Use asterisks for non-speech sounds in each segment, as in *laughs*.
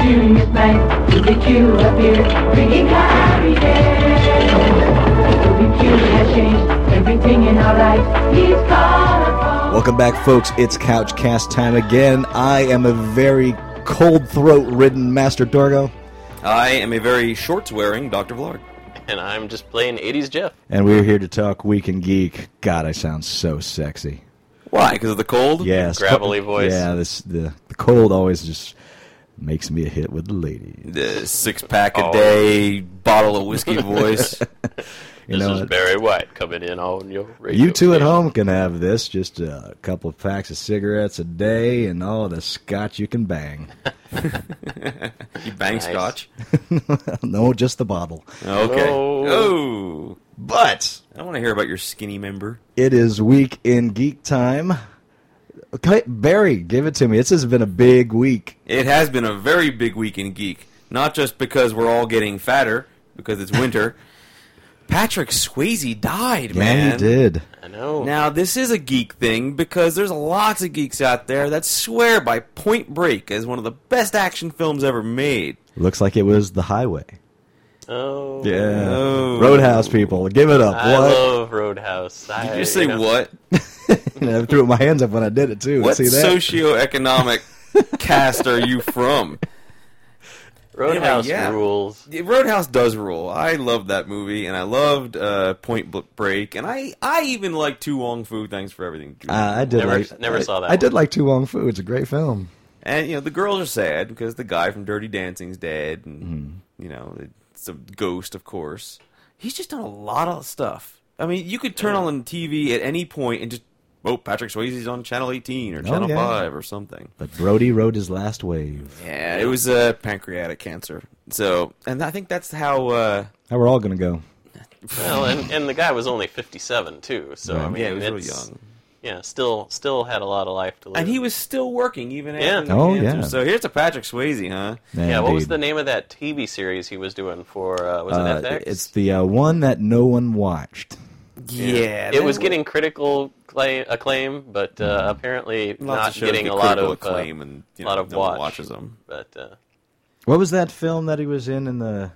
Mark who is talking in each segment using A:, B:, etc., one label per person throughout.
A: serious night. We'll be cute up here, drinking Perrier. Barbecue has changed everything in our lives. He's caught up
B: Welcome back, folks. It's Couchcast time again. I am a very cold throat ridden Master Dorgo,
C: I am a very shorts wearing Dr. Vlog.
D: and I'm just playing 80s Jeff.
B: and we're here to talk Week in Geek. God, I sound so sexy.
C: Why? Because of the cold?
B: Yes.
D: gravelly voice.
B: Yeah, this the, the cold always just makes me a hit with the ladies.
C: The six pack a day, bottle of whiskey *laughs* voice.
B: You
D: this
B: know
D: is
B: what?
D: Barry White coming in on your radio.
B: You two at
D: station.
B: home can have this. Just a couple of packs of cigarettes a day and all the scotch you can bang. *laughs*
C: you bang
D: Nice.
C: scotch.
B: no, just the bottle.
C: Okay.
D: No.
C: Oh.
B: But
C: I want to hear about your skinny member.
B: it is week in geek time. Okay, Barry, give it to me. This has been a big week.
C: It has been a very big week in geek. Not just because we're all getting fatter, because it's winter. *laughs* Patrick Swayze died, man.
B: Yeah, you did.
D: I know.
C: Now this is a geek thing because there's lots of geeks out there that swear by Point Break as one of the best action films ever made.
B: Looks like it was the highway.
D: oh,
B: Yeah.
C: Oh.
B: Roadhouse people, give it up.
D: I
B: what?
D: love Roadhouse. I,
C: Did you say
D: know,
C: what?
B: *laughs* And I threw my hands up when I did it too.
C: What
B: See that?
C: socioeconomic
B: *laughs*
C: cast are you from?
D: Roadhouse
C: Anyway, yeah.
D: rules.
C: Roadhouse does rule. I loved that movie, and I loved uh, Point Bl- Break, and I, I even like Tu Wong Fu. Thanks for everything, Jude.
B: Uh, I did
D: Never-
B: like.
D: never
B: I,
D: saw that
B: I did
D: one.
B: like Tu Wong Fu. It's a great film.
C: and you know the girls are sad because the guy from Dirty Dancing's dead, and
B: Mm-hmm.
C: you know it's a ghost, of course. He's just done a lot of stuff. I mean, you could turn on TV at any point and just oh, Patrick Swayze's on Channel 18 or Channel
B: Oh, yeah.
C: 5 or something.
B: But Brody rode his last wave.
C: Yeah, it was uh, pancreatic cancer. So, and I think that's how. Uh,
B: Now we're all gonna go.
D: well, and, and the guy was only 57 too, so I
B: Right.
D: mean,
C: yeah, he was really
D: it's-
C: young.
D: Yeah, still still had a lot of life to live.
C: And he was still working even
D: Yeah.
C: after the
B: Oh,
C: cancer.
B: yeah.
C: So here's a Patrick Swayze, huh?
D: Yeah, what was the name of that TV series he was doing for? Uh, was it
B: Uh,
D: FX?
B: it's the uh, one that no one watched.
C: Yeah.
D: it was getting critical claim, acclaim, but uh,
B: Mm.
D: apparently not getting a lot of uh,
C: acclaim and you know,
D: lot of
C: no one
D: watch.
C: watches them.
D: But uh,
B: What was that film that he was in in the,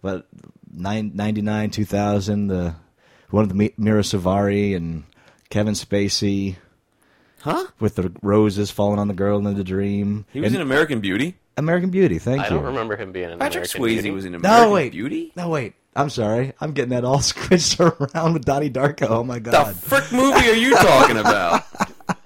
B: what, nine ninety nine two thousand the, one of the Mi- Mira Savari and Kevin Spacey
C: Huh?
B: with the roses falling on the girl in the dream.
C: He was
B: And
C: in American Beauty.
B: American Beauty. Thank
D: I
B: you.
D: don't remember him being in
C: Patrick
D: American
C: Swayze
D: Beauty.
C: was in American
B: No wait,
C: Beauty.
B: No wait. I'm sorry. I'm getting that all *laughs* switched around with Donnie Darko. Oh my
C: The
B: god.
C: frick movie are you talking about?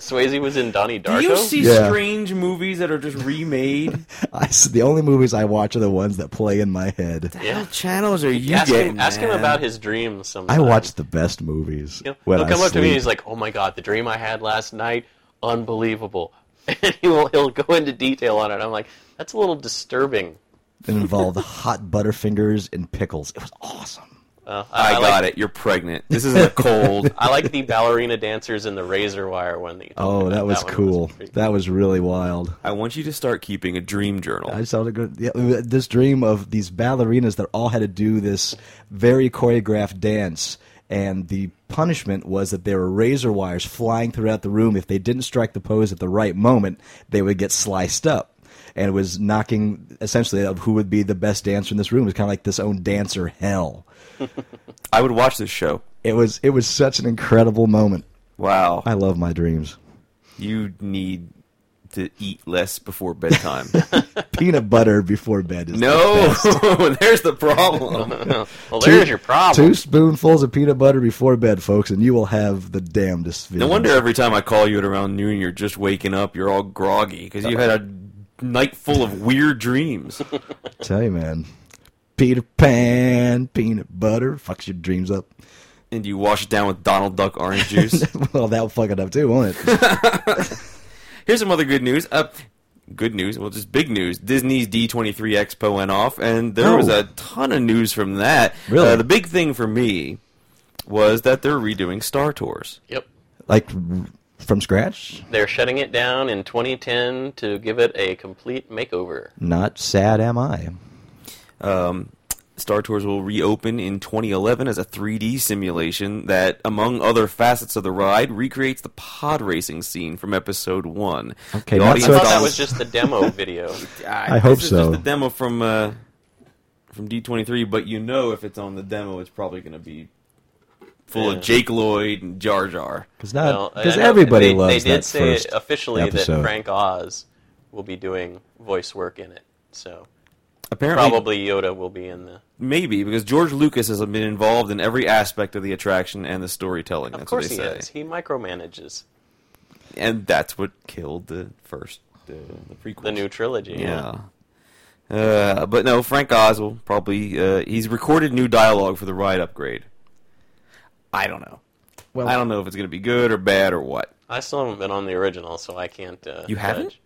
D: Swayze was in Donnie
C: *laughs*
D: Darko.
C: Do you see
B: Yeah.
C: strange movies that are just remade?
B: I s the only movies I watch are the ones that play in my head.
D: Yeah.
C: channels are you
D: Ask
C: getting?
D: him, ask him
C: man?
D: about his dreams. Sometime.
B: I watch the best movies.
D: You know,
B: when
D: he'll
B: I
D: come up to me and
B: sleep.
D: he's like, "Oh my god, the dream I had last night, unbelievable." *laughs* And he will he'll go into detail on it. I'm like, "That's a little disturbing."
B: It involved hot butterfingers and pickles. It was awesome.
D: Uh,
C: I,
D: like,
C: got it. You're pregnant. This is a
D: *laughs*
C: cold.
D: I like the ballerina dancers and the razor wire one. That you talked
B: Oh,
D: about.
B: that was
D: one
B: cool.
D: pretty- *laughs*
B: that was really wild.
C: I want you to start keeping a dream journal.
B: I saw the good, yeah, this dream of these ballerinas that all had to do this very choreographed dance, and the punishment was that there were razor wires flying throughout the room. If they didn't strike the pose at the right moment, they would get sliced up. And it was knocking essentially of who would be the best dancer in this room. It was kind of like this own dancer hell.
C: I would watch this show.
B: It was it was such an incredible moment.
C: Wow.
B: I love my dreams.
C: You need to eat less
B: *laughs*
C: before bedtime.
B: Peanut butter before bed is *laughs*
C: no, *laughs* there's the problem.
D: Well, there's your problem.
B: Two spoonfuls of peanut butter before bed, folks, and you will have the damnedest feeling.
C: No wonder every time I call you at around noon, you're just waking up. You're all groggy because you had a night full of
B: *laughs*
C: weird dreams.
B: tell you, man. Peter Pan, peanut butter, fucks your dreams up. *laughs*
C: and you wash it down with Donald Duck orange juice.
B: well, that'll fuck it up too, won't
D: *laughs*
B: it?
C: Here's some other good news. Uh, good news. Well, just big news. Disney's D23 Expo went off, and there
B: Oh.
C: was a ton of news from that.
B: Really?
C: Uh, the big thing for me was that they're redoing Star Tours.
D: Yep.
B: like r- from scratch?
D: They're shutting it down in 2010 to give it a complete makeover.
B: Not sad, am I?
C: Um, Star Tours will reopen in 2011 as a 3D simulation that, among other facets of the ride, recreates the pod racing scene from Episode One.
B: Okay,
C: The
B: not
D: I
B: So
D: thought
B: it's-
D: that was just
B: *laughs*
D: the demo video.
C: I,
B: I hope
C: "Ah, this Is
B: so.
C: just the demo from uh, from D23, but you know if it's on the demo, it's probably going to be full
D: Yeah.
C: of Jake Lloyd and Jar Jar.
B: Because
D: Well,
B: not
D: I
B: because
D: know
B: everybody
D: they,
B: loves
D: They did
B: that
D: say
B: first
D: officially
B: episode.
D: that Frank Oz will be doing voice work in it, so
C: Apparently,
D: probably Yoda will be in the.
C: maybe because George Lucas has been involved in every aspect of the attraction and the storytelling.
D: Of
C: that's
D: course
C: what
D: he
C: they say.
D: is. He micromanages
C: and that's what killed the first the, the prequel.
D: the new trilogy.
C: yeah. Uh, but no, Frank Oz will probably uh, he's recorded new dialogue for the ride upgrade. I don't know.
B: Well-
C: I don't know if it's gonna be good or bad or what.
D: I still haven't been on the original, so I can't. Uh,
C: You haven't?
D: judge.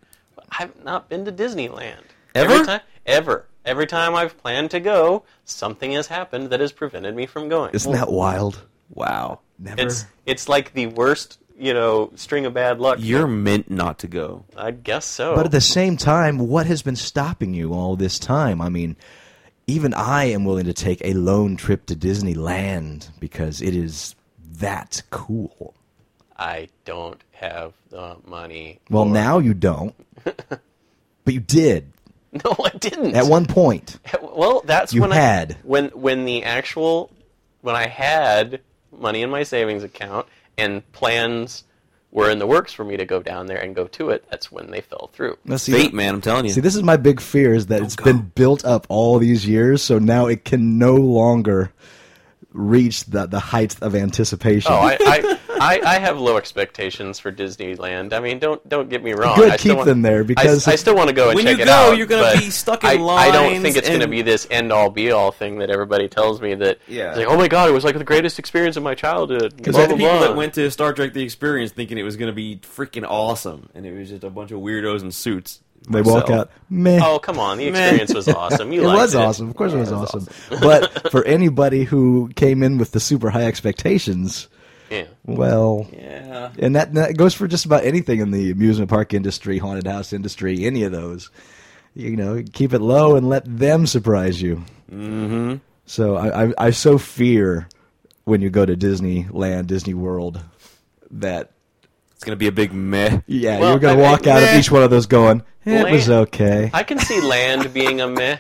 D: I've not been to Disneyland
C: Ever?
D: Every time, ever. Every time I've planned to go, something has happened that has prevented me from going.
B: Isn't that wild?
C: Wow,
B: Never.
D: it's it's like the worst, you know, string of bad luck.
C: you're meant not to go.
D: I guess so. *laughs*
B: But at the same time, what has been stopping you all this time? I mean, even I am willing to take a lone trip to Disneyland because it is that cool.
D: I don't have the money.
B: Well, now you don't, but you did
D: *laughs* No, I didn't.
B: at one point.
D: *laughs* Well, that's
B: You
D: when
B: had.
D: I when when the actual when I had money in my savings account and plans were in the works for me to go down there and go to it. That's when they fell through.
B: Now, see,
C: Fate, man, I'm telling you.
B: See, this is my big fear is
D: Oh,
B: that it's
C: go.
B: been built up all these years, so now it can no longer reach the, the heights of anticipation.
D: Oh, I, I,
B: *laughs*
D: I, I have low expectations for Disneyland. I mean, don't don't get me wrong.
B: Good,
D: I still
B: keep
D: want-
B: them there,
D: I-
B: because-
D: I, still want to go and
C: When
D: check
C: you
D: it
C: go,
D: out.
C: you're gonna
D: but
C: be stuck in
D: I, I don't
C: lines
D: think it's going to
C: and-
D: be this end all be all thing that everybody tells me that.
C: Yeah.
D: it's like, oh my god, it was like the greatest experience of my childhood.
C: There's
D: blah,
C: the
D: blah,
C: people
D: blah.
C: that went to Star Trek: The Experience thinking it was gonna be freaking awesome, and it was just a bunch of weirdos in suits.
B: they walk
C: Myself.
B: out, meh.
D: Oh come
C: *laughs*
D: on, the experience was awesome.
B: *laughs*
D: You
B: it
D: liked
B: was
D: it.
B: awesome. Of course, it was, awesome. but for anybody who came in with the super high expectations,
D: Yeah.
B: well,
C: Yeah.
B: and that, that goes for just about anything in the amusement park industry, haunted house industry, any of those. You know, keep it low and let them surprise you. Mm-hmm. So I, I, I so fear when you go to Disneyland, Disney World, that
C: It's gonna be a big meh.
B: yeah,
D: Well,
B: you're gonna
D: I- I-
B: walk out
C: meh.
B: of each one of those going, it
D: Land-
B: was okay.
D: I can see land being a meh,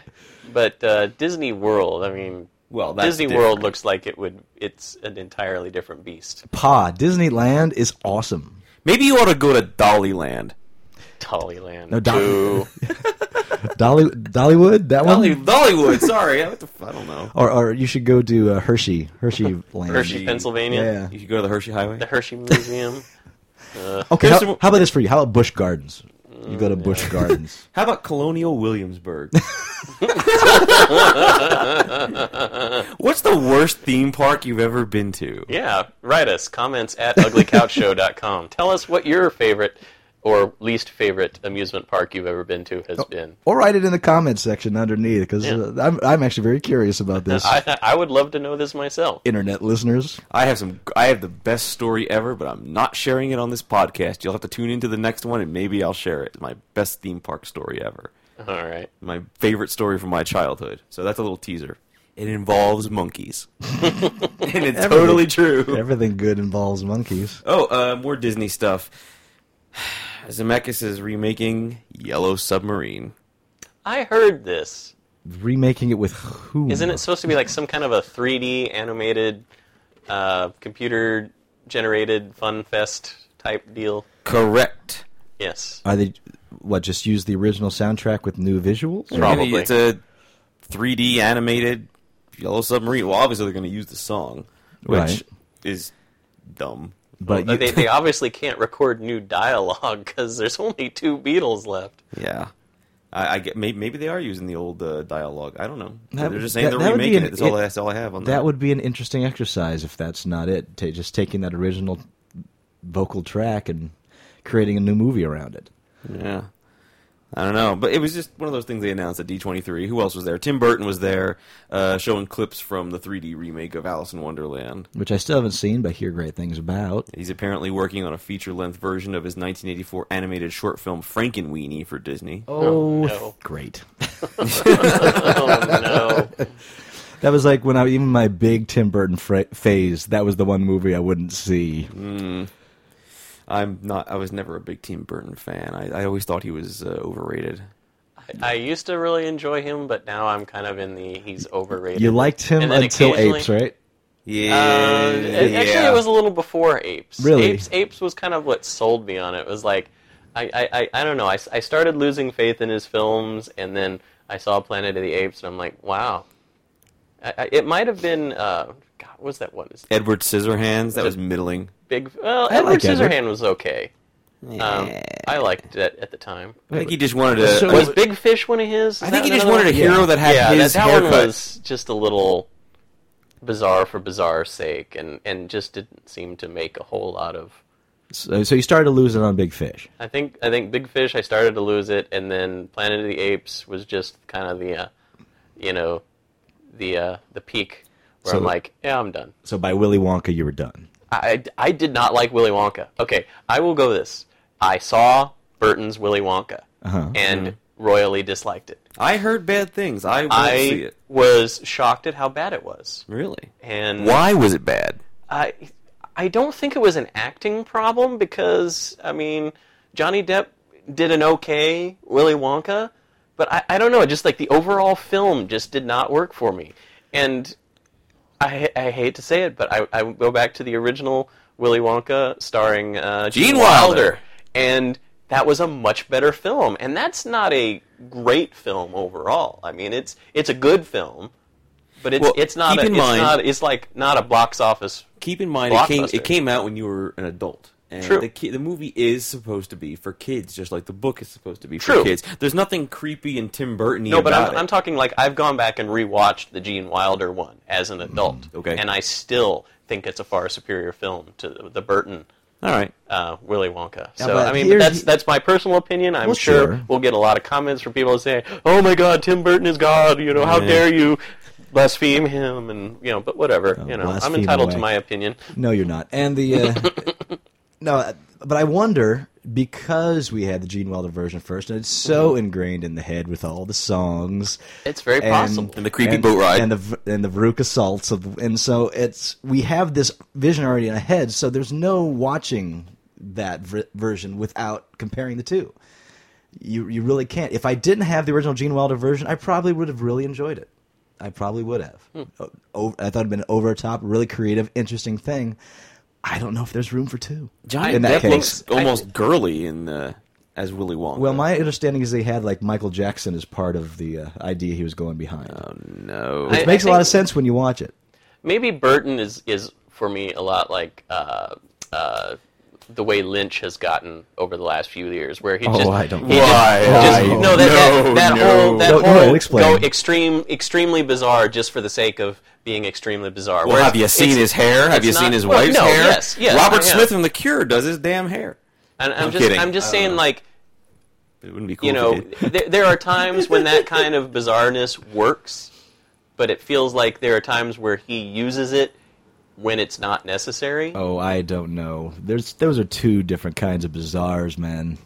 D: but uh, Disney World. I mean,
C: Well, that's
D: Disney
C: different.
D: World looks like it would. It's an entirely different beast.
B: Pa, Disneyland is awesome.
C: Maybe you ought to go to Dollyland.
D: Tollyland.
B: No, Dol-
D: Boo.
B: Dolly, Dollywood, that one.
C: Dolly, Dollywood. Sorry, *laughs* I, what the, f- I don't know.
B: Or, or you should go to uh, Hershey, Hershey *laughs* Land.
D: Hershey, Pennsylvania.
B: Yeah.
C: You should go to the Hershey Highway.
D: The Hershey Museum.
B: Okay,
C: Here's
B: how,
C: some-
B: how about this for you? How about Bush Gardens? You go to Bush Gardens.
C: How about Colonial Williamsburg? What's the worst theme park you've ever been to?
D: *laughs* yeah. Write us comments at uglycouchshow.com. Tell us what your favorite or least favorite amusement park you've ever been to has been.
B: *laughs* or write it in the comments section underneath because
D: Yeah.
B: uh, I'm, I'm actually very curious about this.
D: *laughs* I, I would love to know this myself.
B: Internet listeners.
C: I have some. I have the best story ever, but I'm not sharing it on this podcast. You'll have to tune into the next one, and maybe I'll share it. My best theme park story ever.
D: All right.
C: My favorite story from my childhood. So that's a little teaser. It involves monkeys, *laughs* and it's totally true.
B: Everything good involves monkeys.
C: Oh, uh, more Disney stuff. *sighs* Zemeckis is remaking Yellow Submarine.
D: I heard this.
B: Remaking it with who?
D: Isn't it supposed to be like some kind of a 3D animated, uh, computer generated fun fest type deal?
C: Correct.
D: Yes.
B: Are they what? Just use the original soundtrack with new visuals?
D: Right. Probably.
C: Maybe It's a 3D animated Yellow Submarine. Well, obviously they're going to use the song, which
B: Right.
C: is dumb.
B: But
D: They,
B: you,
D: they obviously can't record new dialogue because there's only two Beatles *laughs* left.
C: Yeah. I, I get maybe, maybe they are using the old uh, dialogue. I don't know.
B: That-
C: they're just
B: that-
C: saying they're
B: that would be
C: remaking
B: an-
C: it. That's all,
B: it-
C: that's all I have on that.
B: that would be an interesting exercise if that's not it. Ta just taking that original vocal track and creating a new movie around it.
C: Yeah. I don't know, but it was just one of those things they announced at D23. Who else was there? Tim Burton was there, uh, showing clips from the 3D remake of Alice in Wonderland.
B: which I still haven't seen, but hear great things about.
C: He's apparently working on a feature-length version of his 1984 animated short film
B: *laughs*
C: Frankenweenie for Disney.
D: Oh, no.
B: great!
D: Oh no!
B: That was like when I even my big Tim Burton fra- phase. That was the one movie I wouldn't see.
C: I'm not. I was never a big Tim Burton fan. I, I always thought he was uh, overrated.
D: I used to really enjoy him, but now I'm kind of in the he's overrated.
B: You liked him
D: Mm-hmm. And then
B: until
D: occasionally-
B: Apes, right?
C: Yeah,
D: Uh, Actually, it was a little before Apes.
B: Really?
D: Apes, Apes was kind of what sold me on it. It was like, I, I, I, I don't know. I, s- I started losing faith in his films, and then I saw Planet of the Apes, and I'm like, wow. I, I, it might have been, uh, God, what was that one? Is that
C: Edward Scissorhands. That was middling.
D: big? Well,
B: I
D: Edward
B: like Edward.
D: Scissorhand was okay. Um, I liked it at the time.
C: I think he just wanted to.
B: So-
D: Was Big Fish one of his? Is
C: I think
D: that
C: he just
D: another
C: wanted a
D: one?
C: hero that had
D: yeah,
C: his
D: that, that
C: haircut.
D: one was just a little bizarre for bizarre's sake, and and just didn't seem to make a whole lot of.
B: So, so you started to lose it on Big Fish.
D: I think I think Big Fish. I started to lose it, and then Planet of the Apes was just kind of the, uh, you know, the uh, the peak where
B: So-
D: I'm like, yeah, I'm done.
B: So by Willy Wonka, you were done.
D: I, I did not like Willy Wonka. Okay, I will go this. I saw Burton's Willy Wonka
C: Uh-huh.
D: and royally disliked it.
C: I heard bad things. I won't see
D: I
C: it.
D: was shocked at how bad it was,
C: Really?
D: and
C: Why was it bad?
D: I I don't think it was an acting problem because I mean Johnny Depp did an okay Willy Wonka, but I, I don't know. Just like the overall film just did not work for me, and I I hate to say it, but I I go back to the original Willy Wonka starring uh,
C: Gene
D: Gene
C: Wilder.
D: Wilder, and that was a much better film, and that's not a great film overall. I mean it's it's a good film. But it's,
C: Well,
D: it's not
C: keep
D: a,
C: in
D: it's
C: mind-
D: not it's like not a box office
C: Keep in mind, it came,
D: Blockbuster.
C: it came out when you were an adult. And
D: True.
C: The, ki- the movie is supposed to be for kids, just like the book is supposed to be for
D: True.
C: kids. There's nothing creepy and Tim Burton
D: No, but
C: about
D: I'm,
C: it.
D: I'm talking like I've gone back and rewatched the Gene Wilder one as an adult.
C: Mm-hmm. okay.
D: And I still think it's a far superior film to the, the Burton
C: All right.
D: uh, Willy Wonka.
B: Yeah,
D: So
B: but
D: I mean, but
B: here's-
D: that's that's my personal opinion. I'm
B: Well,
D: sure,
B: sure.
D: we'll get a lot of comments from people saying, "Oh my God, Tim Burton is God!" You know, how
C: Yeah.
D: dare you blaspheme him? And you know, but whatever.
C: Oh,
D: you know, I'm
B: blaspheme
D: entitled to
B: away.
D: my opinion.
B: No, you're not. And the uh,
D: *laughs*
B: no, but I wonder because we had the Gene Wilder version first, and it's so ingrained in the head with all the songs.
D: Mm-hmm. It's very possible.
C: And the creepy boat ride.
B: and the v- and the Veruca Salts of, and so it's we have this vision already in our head. So there's no watching that v- version without comparing the two. You you really can't. If I didn't have the original Gene Wilder version, I probably would have really enjoyed it. I probably would have.
C: Hmm.
B: O- o- I thought it'd been over the top, really creative, interesting thing. I don't know if there's room for two.
C: Johnny
B: in
C: Depp
B: that case,
C: looks almost girly in the, as Willy Wonka.
B: well, my understanding is they had like Michael Jackson as part of the uh, idea he was going behind.
C: Oh, No.
D: I-
B: it makes a
D: I
B: lot
D: think-
B: of sense when you watch it.
D: maybe Burton is is for me a lot like uh, uh, the way Lynch has gotten over the last few years, where he
B: Oh,
D: just
B: I don't-
D: he just-
C: Why?
D: just-
B: Why?
C: No,
D: no that, that, that
C: no.
D: whole that
B: No, no,
D: whole
B: explain.
D: go extreme extremely bizarre just for the sake of being extremely bizarre.
C: Well,
D: Whereas
C: have you seen
D: it's-
C: his hair? Have
D: it's
C: you seen
D: not-
C: his
D: well,
C: wife's
D: no,
C: hair?
D: yes, yes,
C: Robert
D: I have.
C: Smith from The Cure does his damn hair.
D: And I'm,
C: I'm
D: just
C: kidding.
D: I'm just saying like
C: It wouldn't be cool. if
D: you know
C: he did.
D: *laughs* there, there are times when that kind of bizarreness works, but it feels like there are times where he uses it when it's not necessary.
B: Oh, I don't know. There's those are two different kinds of bizarres, man.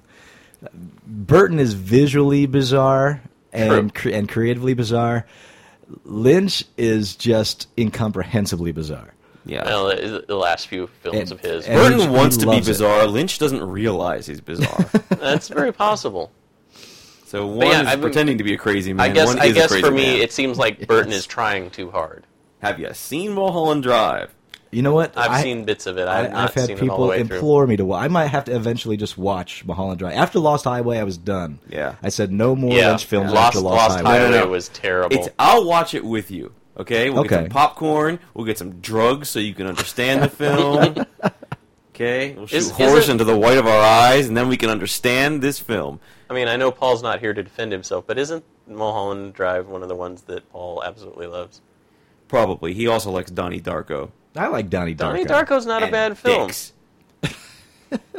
B: Burton is visually bizarre and cre- and creatively bizarre. Lynch is just incomprehensibly bizarre.
C: yeah.
D: Well, Uh, the, the last few films
B: And-
D: of his.
B: and-
C: Burton
B: Lynch-
C: wants
B: he
C: to be
B: loves it.
C: bizarre. Lynch doesn't realize he's
D: *laughs*
C: bizarre.
D: That's very possible.
C: so one
D: yeah,
C: is
D: I mean-
C: pretending to be a crazy man.
D: I guess.
C: one
D: I
C: is a
D: guess
C: crazy
D: for me,
C: man.
D: it seems like Burton is trying too hard.
C: Have you seen Mulholland Drive?
B: You know what?
D: I've
B: I-
D: seen bits of it.
B: I,
D: I've not
B: have had
D: seen it
B: people
D: all the way
B: implore me to. wa- I might have to eventually just watch Mulholland Drive. After Lost Highway, I was done.
C: Yeah.
B: I said no more
D: through. Yeah,
B: Lynch films
D: Lost,
B: after Lost,
D: Lost
B: Highway.
D: Highway
C: No, no, no.
D: was terrible.
C: It's. I'll watch it with you. Okay. We'll get
B: Okay.
C: some popcorn. We'll get some drugs so you can understand the film. *laughs* okay. We'll shoot
D: Is- is
C: horse
D: it-
C: into the white of our eyes, and then we can understand this film.
D: I mean, I know Paul's not here to defend himself, but isn't Mulholland Drive one of the ones that Paul absolutely loves?
C: Probably. He also likes Donnie Darko.
B: I like Donnie Darko.
D: Donnie Darko's not a
C: and
D: bad film.
C: dicks. *laughs*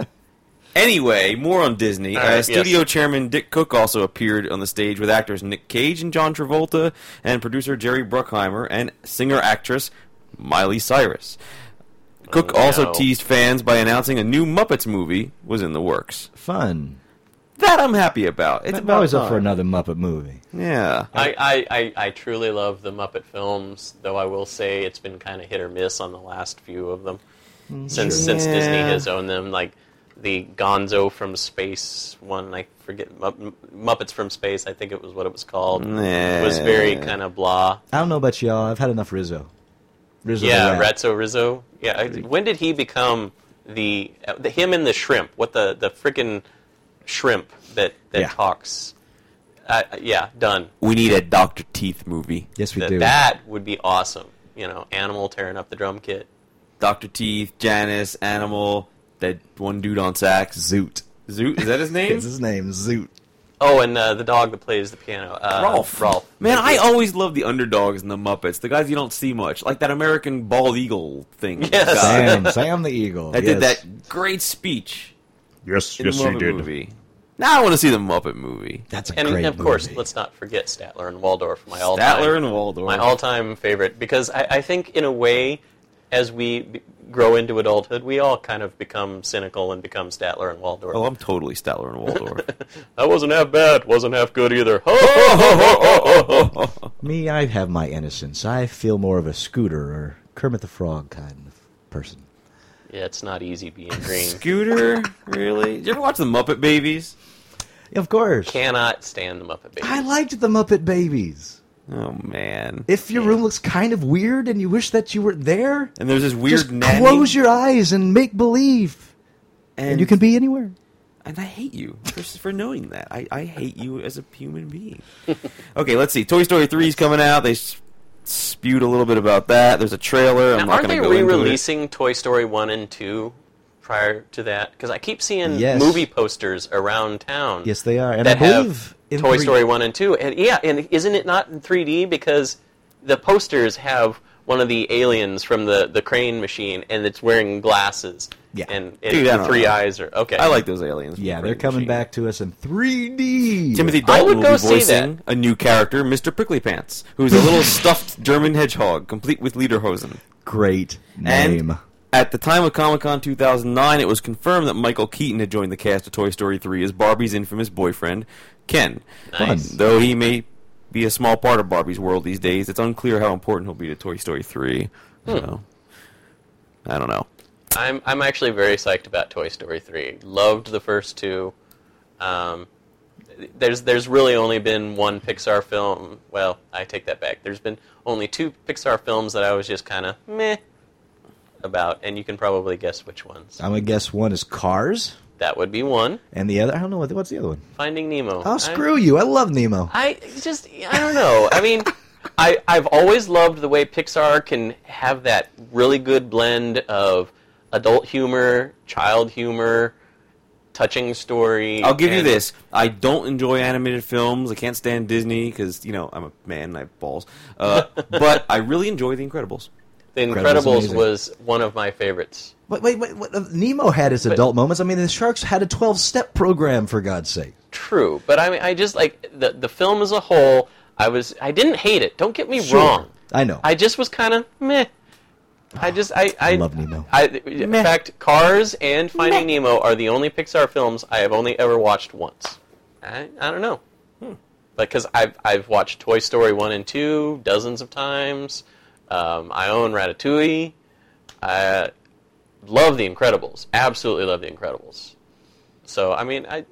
C: anyway, more on Disney.
D: All right,
C: uh,
D: yes.
C: studio chairman Dick Cook also appeared on the stage with actors Nick Cage and John Travolta, and producer Jerry Bruckheimer, and singer actress Miley Cyrus. Cook
D: Oh,
C: also
D: no.
C: teased fans by announcing a new Muppets movie was in the works.
B: Fun.
C: That I'm happy about. It's
B: I'm
C: about
B: always up for
C: time.
B: another Muppet movie.
C: Yeah.
D: I, I, I, I truly love the Muppet films, though I will say it's been kind of hit or miss on the last few of them. Since since Disney
C: Yeah.
D: has owned them, like the Gonzo from Space one, I forget Mu- Muppets from Space, I think it was what it was called,
C: Yeah.
D: was very kind of blah.
B: I don't know about y'all. I've had enough Rizzo. Rizzo the
D: Yeah,
B: rat.
D: Ratso Rizzo. Yeah, I, when did he become the, uh, the him and the shrimp? What the the frickin' shrimp that that
B: Yeah.
D: talks? Uh, yeah, done.
C: We need a Doctor Teeth movie.
B: Yes, we
D: Th-
B: do.
D: That would be awesome. You know, animal tearing up the drum kit.
C: Doctor Teeth, Janice, Animal, that one dude on sax.
B: Zoot.
C: Zoot is
B: *laughs*
C: that his name?
B: Is his name
C: *laughs*
B: Zoot?
D: Oh, and uh, the dog that plays the piano, uh,
C: Rolf.
D: Rolf.
C: Man,
D: Thank
C: I
D: you.
C: always love the underdogs and the Muppets, the guys you don't see much, like that American bald eagle thing.
D: Yes.
C: guy
B: Sam. Sam the Eagle.
C: that did
B: yes.
C: that great speech
E: Yes,
C: in the Muppet movie. Now I want to see the Muppet movie.
B: That's a
D: and
B: great
D: of course,
B: movie.
D: let's not forget Statler and Waldorf. My all
C: Statler and Waldorf.
D: my all-time favorite because I, I think in a way as we b- grow into adulthood we all kind of become cynical and become statler and waldorf
C: oh, I'm totally Statler and Waldorf.
D: that wasn't half bad wasn't half
C: *laughs*
D: good either *laughs* Ho,
C: Oh,
D: ho, ho.
C: oh, oh, oh, oh, oh.
B: Me, I have my innocence. I feel more of a Scooter or Kermit the Frog kind of person.
D: yeah it's not easy being *laughs* green
C: Scooter, really? Did you ever watch the Muppet Babies?
B: Of course.
D: cannot stand the muppet babies
B: I liked the Muppet Babies.
C: Oh man!
B: If your room looks kind of weird and you wish that you were there,
C: and there's this weird
B: just
C: nanny,
B: close your eyes and make believe,
C: and,
B: and you can be anywhere.
C: And I hate you for, for knowing that. I, I hate you as a human being. *laughs* okay, let's see. Toy Story 3 is coming out. They s- spewed a little bit about that. There's a trailer. I'm
D: now,
C: not
D: aren't
C: going to
D: they
C: go into it.
D: re-releasing toy story 1 and 2 prior to that because i keep seeing
B: Yes.
D: movie posters around town
B: Yes, they are. And I
D: that
B: believe in
D: have Toy
B: three-
D: Story one and two, and yeah, and isn't it not in 3D because the posters have one of the aliens from the, the crane machine, and it's wearing glasses,
B: Yeah.
D: and it,
C: Dude, I
D: the
C: don't
D: three
C: know.
D: eyes are okay.
C: I like those aliens.
B: Yeah,
C: from
B: they're
C: Great
B: coming
C: Machine.
B: back to us in 3D.
C: Timothy
D: I
C: Dalton
D: would go
C: will be
D: see
C: voicing a new character, Mr. Prickly Pants, who's a little *laughs* stuffed German hedgehog, complete with lederhosen.
B: great
C: And
B: name.
C: at the time of Comic Con 2009, it was confirmed that Michael Keaton had joined the cast of Toy Story 3 as Barbie's infamous boyfriend, Ken.
D: Nice.
B: Fun.
C: Though he may be a small part of Barbie's world these days, it's unclear how important he'll be to Toy Story 3. So,
D: Hmm.
C: I don't know.
D: I'm I'm actually very psyched about Toy Story three. Loved the first two. Um, there's there's really only been one Pixar film. Well, I take that back. There's been only two Pixar films that I was just kind of meh about, and you can probably guess which ones.
B: I'm gonna guess one is Cars,
D: That would be one.
B: and the other I don't know what what's the other one.
D: Finding Nemo.
B: Oh, screw you! I love Nemo.
D: I, I just I don't know.
C: *laughs*
D: I mean, I I've always loved the way Pixar can have that really good blend of adult humor, child humor, touching story.
C: I'll give you
D: and-
C: this. I don't enjoy animated films. I can't stand Disney because, you know, I'm a man and I have balls. Uh, *laughs* but I really enjoy The Incredibles.
D: The
B: Incredibles
D: Incredibles
B: amazing.
D: was one of my favorites.
B: But wait, wait, what, uh, Nemo had his adult moments. I mean, the sharks had a 12-step program for God's sake.
D: True, but I mean, I just like the the film as a whole. I was I didn't hate it. Don't get me wrong.
B: I know.
D: I just was kind of meh. I just I I,
B: love Nemo.
D: I, in fact, Cars and Finding Nemo are the only Pixar films I have only ever watched once. I I don't know, because I've I've watched Toy Story one and two dozens of times. Um, I own Ratatouille. I love The Incredibles. Absolutely love The Incredibles. So I mean I.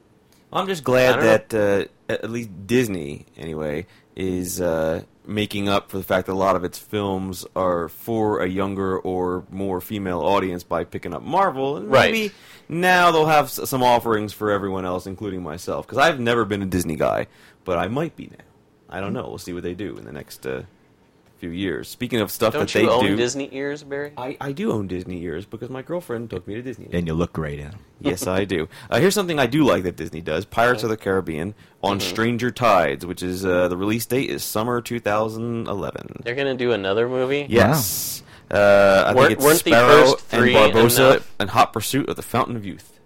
C: I'm just
D: I
C: glad
D: don't
C: that uh, at at least Disney, anyway, is uh, making up for the fact that a lot of its films are for a younger or more female audience by picking up Marvel. And
D: Right.
C: Maybe now they'll have s- some offerings for everyone else, including myself, because I've never been a Disney guy, but I might be now. I don't know. We'll see what they do in the next uh, few years. Speaking of stuff
D: Don't
C: that they
D: you own
C: do,
D: Disney ears, Barry?
C: I, I do own Disney ears because my girlfriend took me to Disney.
B: And you look great in. 'em.
C: Yes, I do. Uh, here's something I do like that Disney does: Pirates of the Caribbean on
D: Mm-hmm.
C: Stranger Tides, which is uh, the release date is summer 2011.
D: They're gonna do another movie.
C: Yes, uh, I
D: Weren't-
C: think it's
D: weren't the
C: Sparrow
D: first
C: and
D: three
C: Barbosa
D: enough?
C: and Hot Pursuit of the Fountain of Youth.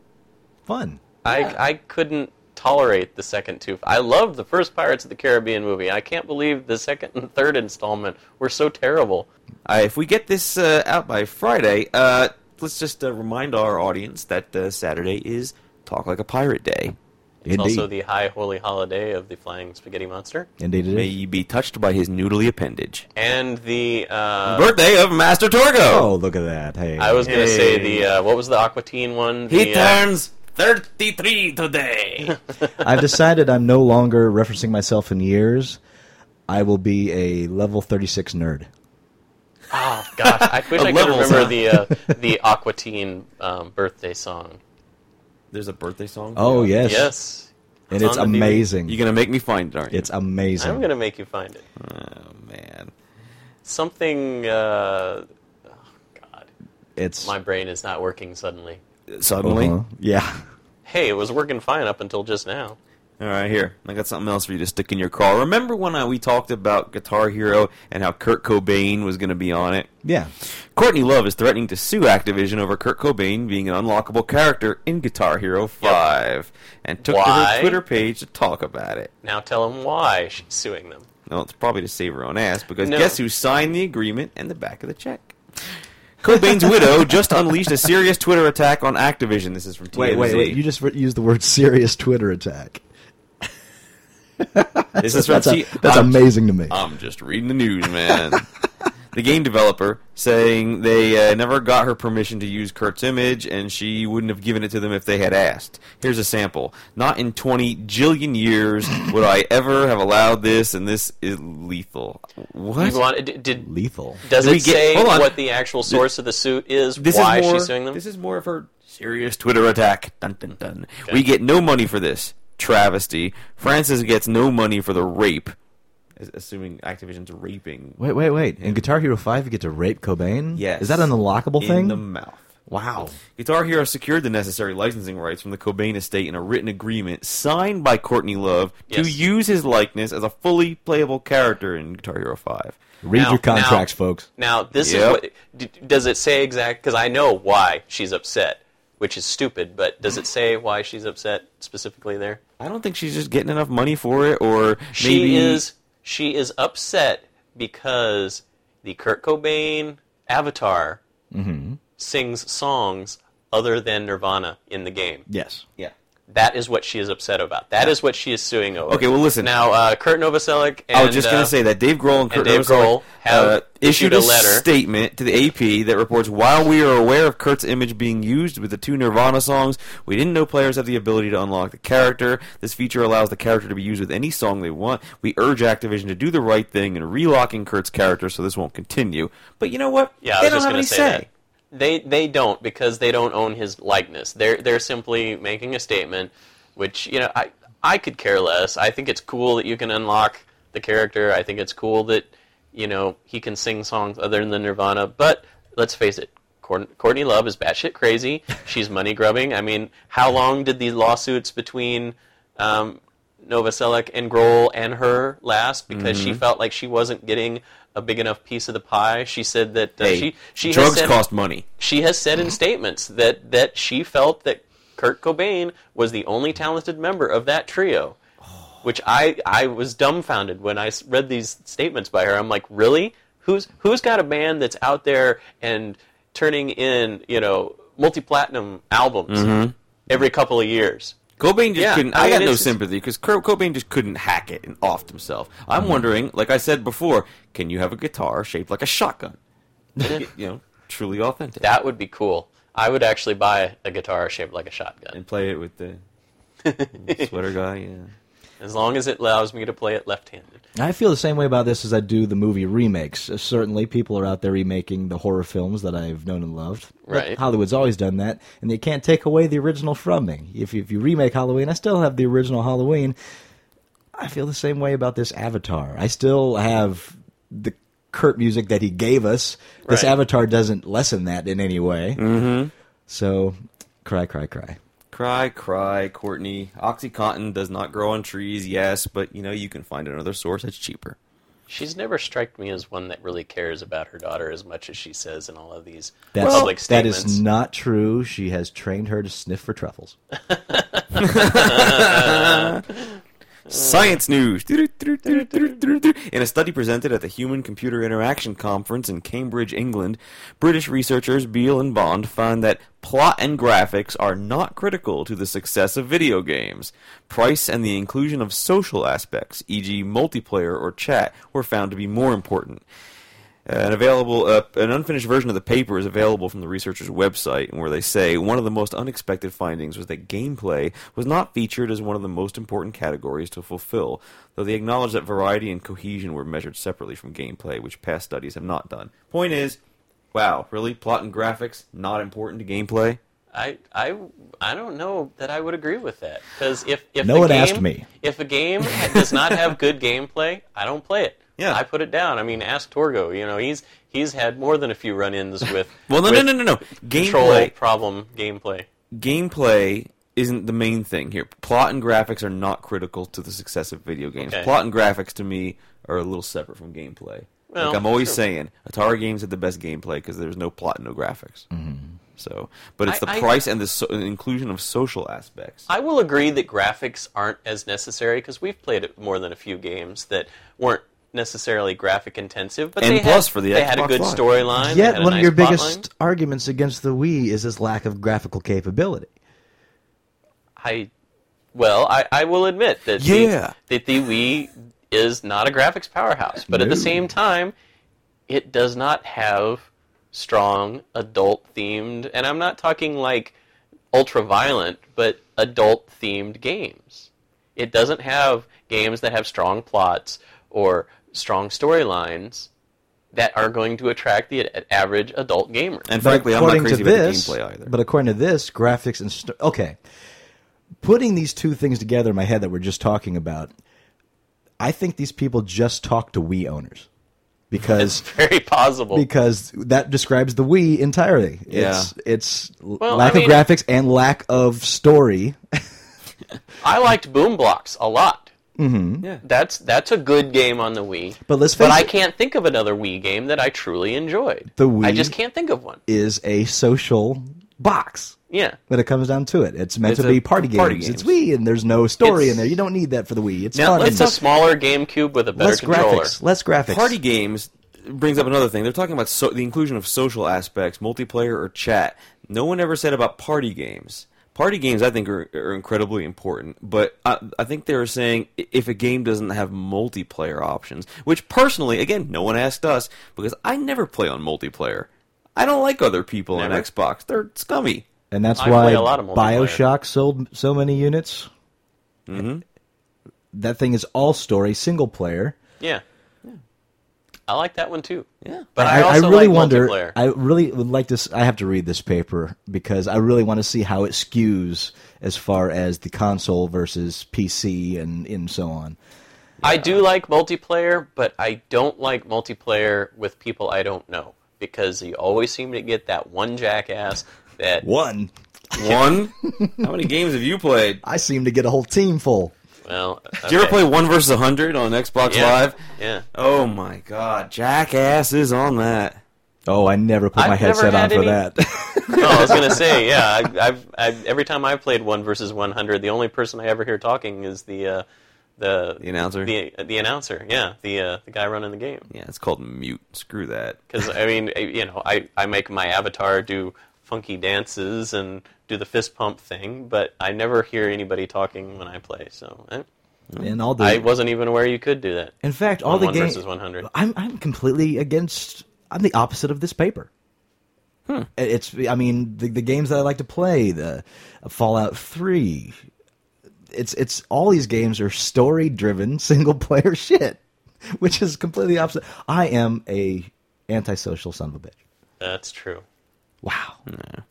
B: Fun.
D: I I couldn't tolerate the second two. I loved the first Pirates of the Caribbean movie. I can't believe the second and third installment were so terrible.
C: Uh, if we get this uh, out by Friday, uh, let's just uh, remind our audience that uh, Saturday is Talk Like a Pirate Day.
B: Indeed.
D: Also, the high holy holiday of the flying spaghetti monster,
B: Indeed it
C: May
B: is.
C: you be touched by his noodly appendage.
D: and the uh,
C: Birthday of Master Torgo.
B: Oh, look at that. Hey.
D: I was gonna
C: Hey.
D: say the uh, what was the Aquatine one?
C: He
D: The, uh,
C: turns 33
D: *laughs*
C: today.
B: I've decided I'm no longer referencing myself in years. I will be a level 36 nerd.
D: oh gosh, I
B: *laughs*
D: wish
C: The
D: I could
C: levels,
D: remember
C: huh?
D: the uh, the Aquatine um, birthday song.
C: There's a birthday song.
B: Oh, yes.
D: Yes,
B: And it's
D: on the DVD.
B: amazing.
C: You're gonna make me find it, aren't you?
B: It's amazing.
D: I'm gonna make you find it.
C: oh man.
D: Something. Uh, oh God,
B: it's
D: my brain is not working suddenly.
C: Suddenly.
B: Uh-huh. Yeah.
D: Hey, it was working fine up until just now.
C: All right, here. I got something else for you to stick in your car. Remember when I, we talked about Guitar Hero and how Kurt Cobain was gonna be on it?
B: Yeah.
C: Courtney Love is threatening to sue Activision over Kurt Cobain being an unlockable character in Guitar Hero 5 and took to
D: Why?
C: her Twitter page to talk about it.
D: Now tell him why she's suing them.
C: Well, it's probably to save her own ass because
D: No.
C: guess who signed the agreement and the back of the check? Cobain's widow just unleashed a serious Twitter attack on Activision. This is from TMZ.
B: Wait, wait, wait. You just re- used the word *laughs* serious Twitter attack.
C: this is from
B: That's,
C: T-
B: a, that's
D: uh,
C: I'm-
B: amazing to me.
C: I'm just reading the news, man. the game developer saying they uh, never got her permission to use Kurt's image, and she wouldn't have given it to them if they had asked. Here's a sample. Not in 20 jillion years would I ever have allowed this, and this is lethal. What?
D: You want, did, did
B: Lethal.
D: Does
C: Did
D: it
C: we get-
D: say
C: hold on.
D: what the actual source of the suit is?
C: This is
D: why
C: more-
D: she's suing them?
C: This is more of her serious Twitter attack. Dun dun dun. We get no money for this travesty. Francis gets no money for the rape. As- Assuming Activision's raping
B: Wait, wait, wait. In Guitar Hero 5, you get to rape Cobain?
C: Yes.
B: Is that an unlockable
C: in
B: thing?
C: the mouth.
B: wow.
C: Guitar Hero secured the necessary licensing rights from the Cobain estate in a written agreement signed by Courtney Love
D: Yes.
C: to use his likeness as a fully playable character in Guitar Hero 5.
B: Read
D: Now-
B: your contracts,
D: now-
B: folks.
D: Now, this
C: Yep.
D: is what. d- Does it say exact? Because I know why she's upset, which is stupid. But does it say why she's upset specifically there?
C: I don't think she's just getting enough money for it, or maybe
D: She is. She is upset because the Kurt Cobain avatar
C: Mm-hmm.
D: sings songs other than Nirvana in the game.
B: Yes.
C: Yeah.
D: That is what she is upset about. That is what she is suing over.
C: Okay, well, listen.
D: Now, uh, Kurt Novoselic. And,
C: I was just going
D: uh,
C: to say that Dave Grohl and Kurt
D: Dave
C: Novoselic,
D: Grohl have
C: uh, issued
D: issued a letter.
C: statement to the AP that reports while we are aware of Kurt's image being used with the two Nirvana songs, we didn't know players have the ability to unlock the character. This feature allows the character to be used with any song they want. We urge Activision to do the right thing in relocking Kurt's character so this won't continue. But you know what?
D: Yeah, I
C: they don't
D: was just
C: have
D: going
C: any
D: to say,
C: say.
D: that. They they don't because they don't own his likeness. They're they're simply making a statement, which you know I I could care less. I think it's cool that you can unlock the character. I think it's cool that you know he can sing songs other than Nirvana. But let's face it. Courtn- Courtney Love is
C: *laughs*
D: batshit crazy. She's money grubbing. I mean, how long did the lawsuits between um, Novoselic and Grohl and her last because she
C: Mm-hmm.
D: felt like she wasn't getting a big enough piece of the pie. She said that uh,
C: Hey,
D: she she has
C: drugs
D: said,
C: cost money.
D: she has said in statements that that she felt that Kurt Cobain was the only talented member of that trio, which I I was dumbfounded when I s- read these statements by her. I'm like, really? Who's who's got a band that's out there and turning in you know multi platinum albums every couple of years?
C: Cobain just
D: Yeah,
C: couldn't.
D: I
C: I,
D: mean,
C: got no
D: it's just-
C: sympathy because Kurt Cobain just couldn't hack it and offed himself. I'm
D: Mm-hmm.
C: wondering, like I said before, can you have a guitar shaped like a shotgun? you know, truly authentic.
D: That would be cool. I would actually buy a guitar shaped like a shotgun,
C: and play it with the
D: *laughs*
C: sweater guy. Yeah.
D: as long as it allows me to play it left-handed.
B: I feel the same way about this as I do the movie remakes. Uh, Certainly, people are out there remaking the horror films that I've known and loved.
D: Right.
B: Hollywood's always done that, and they can't take away the original from me. If you, if you remake Halloween, I still have the original Halloween. I feel the same way about this Avatar. I still have the Kurt music that he gave us. This
D: Right.
B: Avatar doesn't lessen that in any way. Mm-hmm. So, cry, cry, cry.
C: Cry, cry, Courtney. OxyContin does not grow on trees. Yes, but you know you can find another source that's cheaper.
D: She's never struck me as one that really cares about her daughter as much as she says in all of these
B: That's,
D: public
B: that
D: statements.
B: is not true. She has trained her to sniff for truffles.
C: Science news. In a study presented at the Human Computer Interaction Conference in Cambridge, England, British researchers Beale and Bond found that plot and graphics are not critical to the success of video games. Price and the inclusion of social aspects, e.g., multiplayer or chat, were found to be more important. An available, uh, an unfinished version of the paper is available from the researchers' website, where they say one of the most unexpected findings was that gameplay was not featured as one of the most important categories to fulfill. Though they acknowledge that variety and cohesion were measured separately from gameplay, which past studies have not done. Point is, wow, really, plot and graphics not important to gameplay?
D: I, I, I don't know that I would agree with that because if if
B: No
D: the
B: one
D: game,
B: asked me.
D: if a game does not have good gameplay, I don't play it.
C: Yeah.
D: I put it down. I mean, ask Torgo. You know, he's he's had more than a few run-ins
C: *laughs*
D: with
C: Well, no,
D: with
C: no, no, no, no.
D: control
C: Gameplay,
D: problem gameplay.
C: gameplay isn't the main thing here. Plot and graphics are not critical to the success of video games.
D: Okay.
C: Plot and graphics to me are a little separate from gameplay.
D: Well,
C: like I'm always
D: sure.
C: saying, Atari games had the best gameplay because there's no plot and no graphics. Mm-hmm. So, but it's
D: I-
C: the
D: I-
C: price and the so- inclusion of social aspects.
D: I will agree that graphics aren't as necessary because we've played it more than a few games that weren't necessarily graphic intensive, but
C: And
D: they
C: plus
D: had,
C: for the
D: they had a
C: Xbox
D: good
C: Live.
D: storyline. they
B: Yet
D: had a
B: one
D: nice
B: of your
D: plot
B: biggest
D: line.
B: arguments against the Wii is this lack of graphical capability.
D: I, well, I, I will admit that
C: Yeah.
D: the, that the Wii is not a graphics powerhouse, but at
B: No.
D: the same time, it does not have strong adult themed, and I'm not talking like ultra violent, but adult themed games. It doesn't have games that have strong plots or strong storylines that are going to attract the a- average adult gamer.
C: and
B: But
C: frankly, I'm not
B: according
C: crazy
B: to
C: about
B: this,
C: the gameplay either.
B: But according to this, graphics and st- okay, putting these two things together in my head that we're just talking about, I think these people just talk to Wii owners
C: *laughs*
B: because
D: Very possible.
B: because that describes the Wii entirely. It's it's
D: I
B: lack
D: mean-
B: of graphics and lack of story.
D: I liked Boom Blocks a lot.
C: yeah.
D: That's that's a good game on the Wii.
B: Mm-hmm. But let's
D: But
B: face
D: I
B: it.
D: can't think of another Wii game that I truly enjoyed.
B: The
D: I
B: Wii-
D: just can't think of one.
B: Is a social box.
D: Yeah.
B: When it comes down to it, it's meant
C: It's
B: to
C: a-
B: be party games.
C: party
B: It's
C: games.
B: Wii, and there's no story
D: It's-
B: in there. You don't need that for the Wii. It's
C: Now,
B: fun.
C: let's
D: It's a smaller GameCube with a better
B: less
D: controller.
B: graphics. Less graphics.
C: Party games brings up another thing. They're talking about so- the inclusion of social aspects, multiplayer or chat. No one ever said about party games. Party games, I think, are, are incredibly important, but I, I think they were saying i- if a game doesn't have multiplayer options, which personally, again, no one asked us because I never play on multiplayer. I don't like other people on
D: Never?
C: Xbox. They're
D: *laughs*
C: scummy.
B: And that's
D: I
B: why
D: play a lot of multiplayer. Mm-hmm.
B: Bioshock sold so many units. That thing is all story, single player.
D: Yeah. I like that one too.
C: Yeah.
D: But I, also
B: really
D: like
B: wonder.
D: multiplayer.
B: I really would like to. s- I have to read this paper because I really want to see how it skews as far as the console versus PC and and so on.
D: I do like multiplayer, but I don't like multiplayer with people I don't know because you always seem to get that one jackass that
B: One,
C: One? How many games have you played?
B: I seem to get a whole team full.
D: well.
C: Did you ever
D: okay.
C: play One versus 100 on Xbox
D: Yeah.
C: Live?
D: Yeah.
C: Oh my god, jackass is on that.
B: Oh, I never put my
D: I've never
B: headset on
D: had
B: for
D: any- *laughs*
B: that.
D: No, Oh, I was gonna say, yeah. I, I've, I've every time I've played one versus one hundred, the only person I ever hear talking is the uh, the
C: The announcer.
D: the, the announcer. Yeah, the uh, the guy running the game.
C: Yeah, it's called mute. Screw that.
D: Because I mean, I, you know, I, I make my avatar do funky dances and do the fist pump thing, but I never hear anybody talking when I play. So eh,
B: and all the
D: I wasn't even aware you could do that.
B: In fact, all
D: On
B: the
D: one
B: games
D: versus 100.
B: I'm I'm completely against. I'm the opposite of this paper.
D: Hmm.
B: It's I mean the the games that I like to play, the Fallout Three. It's it's all these games are story *laughs* driven single player shit, which is completely opposite. I am a antisocial son of a bitch.
D: That's true.
B: Wow.
D: Hmm.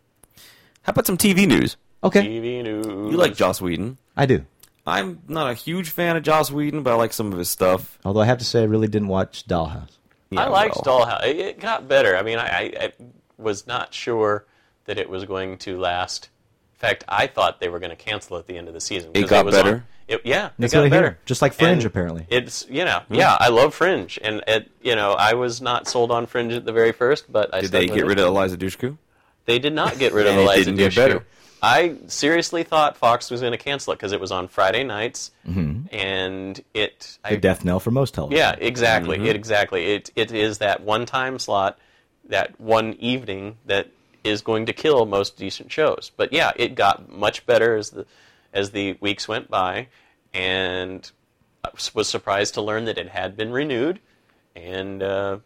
C: How about some TV news?
B: Okay,
D: TV news.
C: You like Joss Whedon?
B: I do.
C: I'm not a huge fan of Joss Whedon, but I like some of his stuff.
B: Although I have to say, I really didn't watch Dollhouse.
C: Yeah,
D: I liked
C: well,
D: Dollhouse. It, it got better. I mean, I, I, I was not sure that it was going to last. In fact, I thought they were going to cancel at the end of the season. 'cause
C: It got
D: was
C: better?
D: on- it- yeah,
B: That's
D: it got
B: what I hear.
D: better.
B: Just like Fringe,
D: And
B: apparently.
D: It's you know,
C: Hmm.
D: yeah, I love Fringe, and it, you know, I was not sold on Fringe at the very first, but I
C: Did they get rid of Eliza Dushku?
D: They did not get rid of
C: And it *laughs*
D: Eliza
C: didn't get
D: Dushku.
C: better.
D: I seriously thought Fox was going to cancel it because it was on Friday nights,
C: Mm-hmm.
D: and it. I,
B: The death knell for most television.
D: yeah, exactly.
C: Mm-hmm.
D: It exactly. It it is that one time slot, that one evening that is going to kill most decent shows. But yeah, it got much better as the as the weeks went by, and I was surprised to learn that it had been renewed, and uh,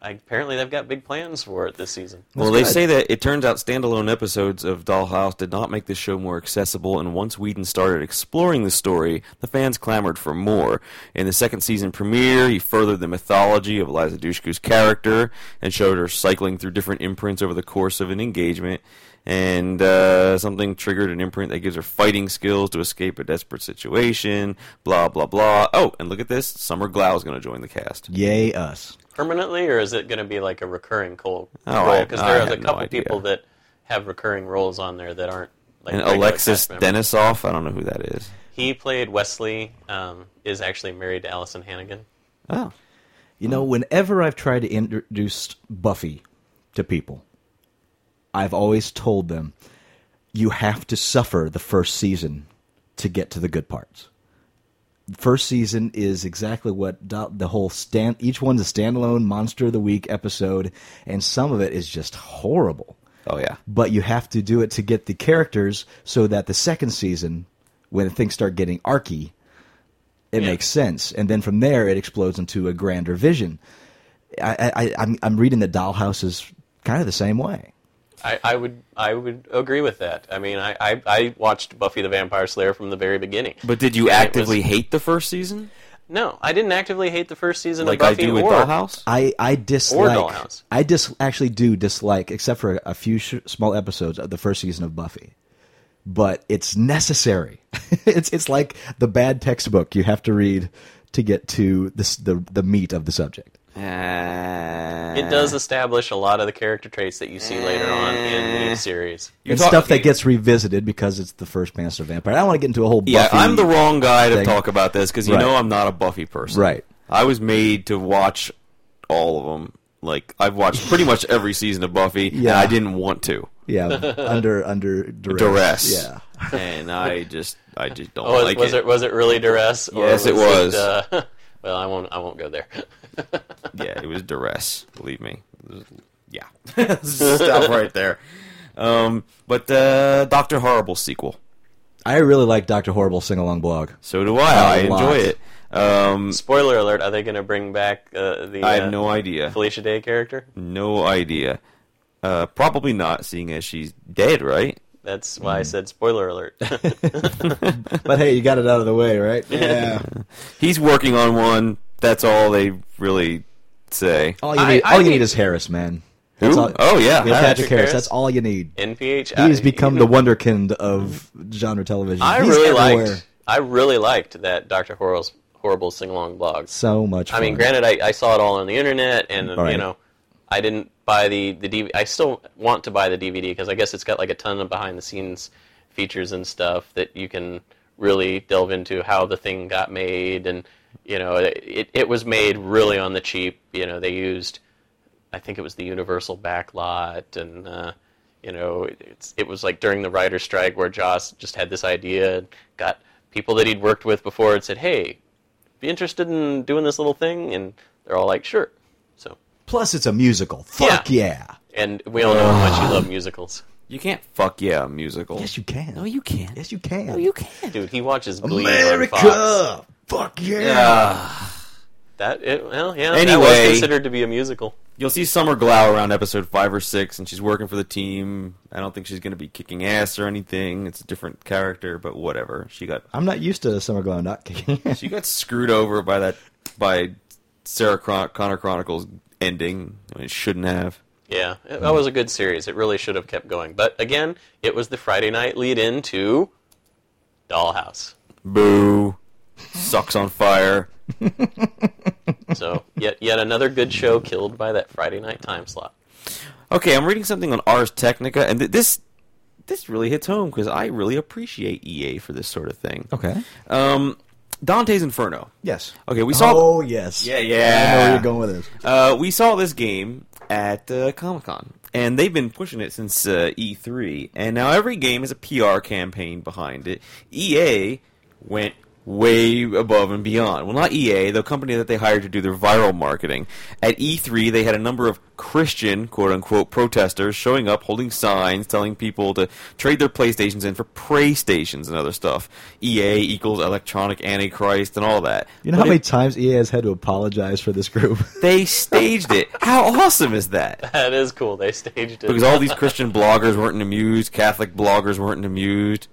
D: I, apparently they've got big plans for it this season.
C: Well, they
B: good.
C: say that it turns out standalone episodes of Dollhouse did not make the show more accessible, and once Whedon started exploring the story, the fans clamored for more. In the second season premiere, he furthered the mythology of Eliza Dushku's character and showed her cycling through different imprints over the course of an engagement, and uh, something triggered an imprint that gives her fighting skills to escape a desperate situation, blah, blah, blah. Oh, and look at this Summer Glau is going to join the cast.
B: Yay us.
D: permanently, or is it going to be like a recurring co-
C: Oh,
D: role?
C: I-
D: Because
C: I
D: there are a
C: have no
D: couple
C: idea.
D: people that have recurring roles on there that aren't. Like
C: And
D: regular
C: Alexis
D: cast members.
C: Denisoff, I don't know who that is.
D: He played Wesley. Um, is actually married to Allison Hannigan.
C: Oh.
B: You know, whenever I've tried to introduce Buffy to people, I've always told them you have to suffer the first season to get to the good parts. First season is exactly what do- the whole stand. Each one's a standalone monster of the week episode, and some of it is just horrible.
C: Oh, yeah.
B: But you have to do it to get the characters, so that the second season, when things start getting archy, it
D: Yeah.
B: makes sense. And then from there, it explodes into a grander vision. I, I, I'm, I'm reading the Dollhouse is kind of the same way.
D: I, I would I would agree with that. I mean, I, I, I watched Buffy the Vampire Slayer from the very beginning.
C: But did you
D: And it was-
C: actively hate the first season?
D: No, I didn't actively hate the first season
C: Like
D: of
C: I
D: Buffy
C: do with
D: or
C: Dollhouse?
B: I, I dislike.
D: Dollhouse.
B: I dis, actually do dislike, except for a few sh- small episodes of the first season of Buffy. But it's necessary. *laughs* it's it's like the bad textbook you have to read to get to this, the the meat of the subject.
C: Uh,
D: It does establish a lot of the character traits that you see later on in
C: Eh.
D: the series.
C: You're
B: and
C: talk-
B: stuff that
C: okay.
B: gets revisited because it's the first Master Vampire. I don't want to get into a whole. Buffy
C: Yeah, I'm the wrong guy to
B: thing.
C: talk about this because you
B: Right.
C: know I'm not a Buffy person.
B: Right.
C: I was made to watch all of them. Like I've watched pretty much every season of Buffy, and
B: Yeah.
C: I didn't want to.
B: Yeah, under under duress.
C: Duress.
B: Yeah.
C: and I just, I just don't
D: Oh, was,
C: like
D: was
C: it.
D: it. was it really duress? Or
C: Yes, it was.
D: uh, *laughs* well, I won't I won't go there. *laughs*
C: yeah, it was duress. Believe me. Yeah. *laughs* Stop right there. Um, but uh, Doctor Horrible sequel.
B: I really like Doctor Horrible sing along blog.
C: So do I. I
B: A lot.
C: enjoy it. Um,
D: Spoiler alert: Are they going to bring back uh, the
C: I
D: uh,
C: have no Mm. idea.
D: Felicia Day character?
C: No idea. Uh, probably not, seeing as she's dead, right?
D: That's why I said spoiler
C: *laughs*
D: alert. *laughs*
B: But hey, you got it out of the way, right? Yeah.
C: He's working on one. That's all they really say.
B: all you
D: I-
B: need,
D: I
B: all you
D: think-
B: need is Harris, man.
C: Who? oh yeah,
B: Neil Patrick
D: Patrick
B: Harris.
D: Harris.
B: That's all you need.
D: NPH.
B: He has become the wonderkind of genre television.
D: I
B: He's
D: really
B: everywhere.
D: liked. I really liked that Dr. Horrible's horrible sing along blog.
B: so much.
D: I mean,
B: fun.
D: granted, I, I saw it all on the internet, and
B: Right.
D: you know, I didn't buy the the DVD. I still want to buy the DVD because I guess it's got like a ton of behind the scenes features and stuff that you can really delve into how the thing got made, and you know, it it was made really on the cheap. You know, they used, I think it was the Universal backlot, and uh, you know, it- it's it was like during the writer's strike where Joss just had this idea, and got people that he'd worked with before, and said, hey be interested in doing this little thing? And they're all like, sure. So,
B: Plus, it's a musical. Fuck yeah.
D: and we all know how much you love musicals,
C: You can't fuck yeah a musical.
B: Yes, you can.
C: No, you can't.
B: Yes, you can.
C: can't.
D: dude. He watches Glee
B: America.
D: on Fox.
B: Fuck yeah.
D: That it, well, yeah, that was
C: Anyway.
D: considered to be a musical.
C: You'll see Summer Glau around episode five or six, and she's working for the team. I don't think she's going to be kicking ass or anything. It's a different character, but whatever. She got
B: I'm not used to Summer Glow not kicking.
C: she got screwed over by that by Sarah Chron- Connor Chronicles ending. I mean, it shouldn't have.
D: Yeah, it- that was a good series. It really should have kept going. But again, it was the Friday night lead in to Dollhouse.
C: Boo. Sucks on fire.
D: So *laughs* yet yet another good show killed by that Friday night time slot.
C: Okay, I'm reading something on Ars Technica, and th- this this really hits home because I really appreciate EA for this sort of thing.
B: okay.
C: Um, Dante's Inferno.
B: Yes.
C: Okay, we saw.
B: Oh yes.
C: Yeah, yeah.
B: I know where you're going with this.
C: Uh, we saw this game at uh, Comic Con, and they've been pushing it since uh, E3, and now every game has a PR campaign behind it. EA went way above and beyond. Well, not EA, the company that they hired to do their viral marketing. At E3, they had a number of Christian, quote unquote, protesters showing up holding signs telling people to trade their PlayStations in for Prey Stations and other stuff. EA equals Electronic Antichrist and all that.
B: You know how
C: But it-
B: many times EA has had to apologize for this group?
C: they staged it. How awesome is that?
D: That is cool. They staged it.
C: because all these Christian bloggers weren't amused, Catholic bloggers weren't amused.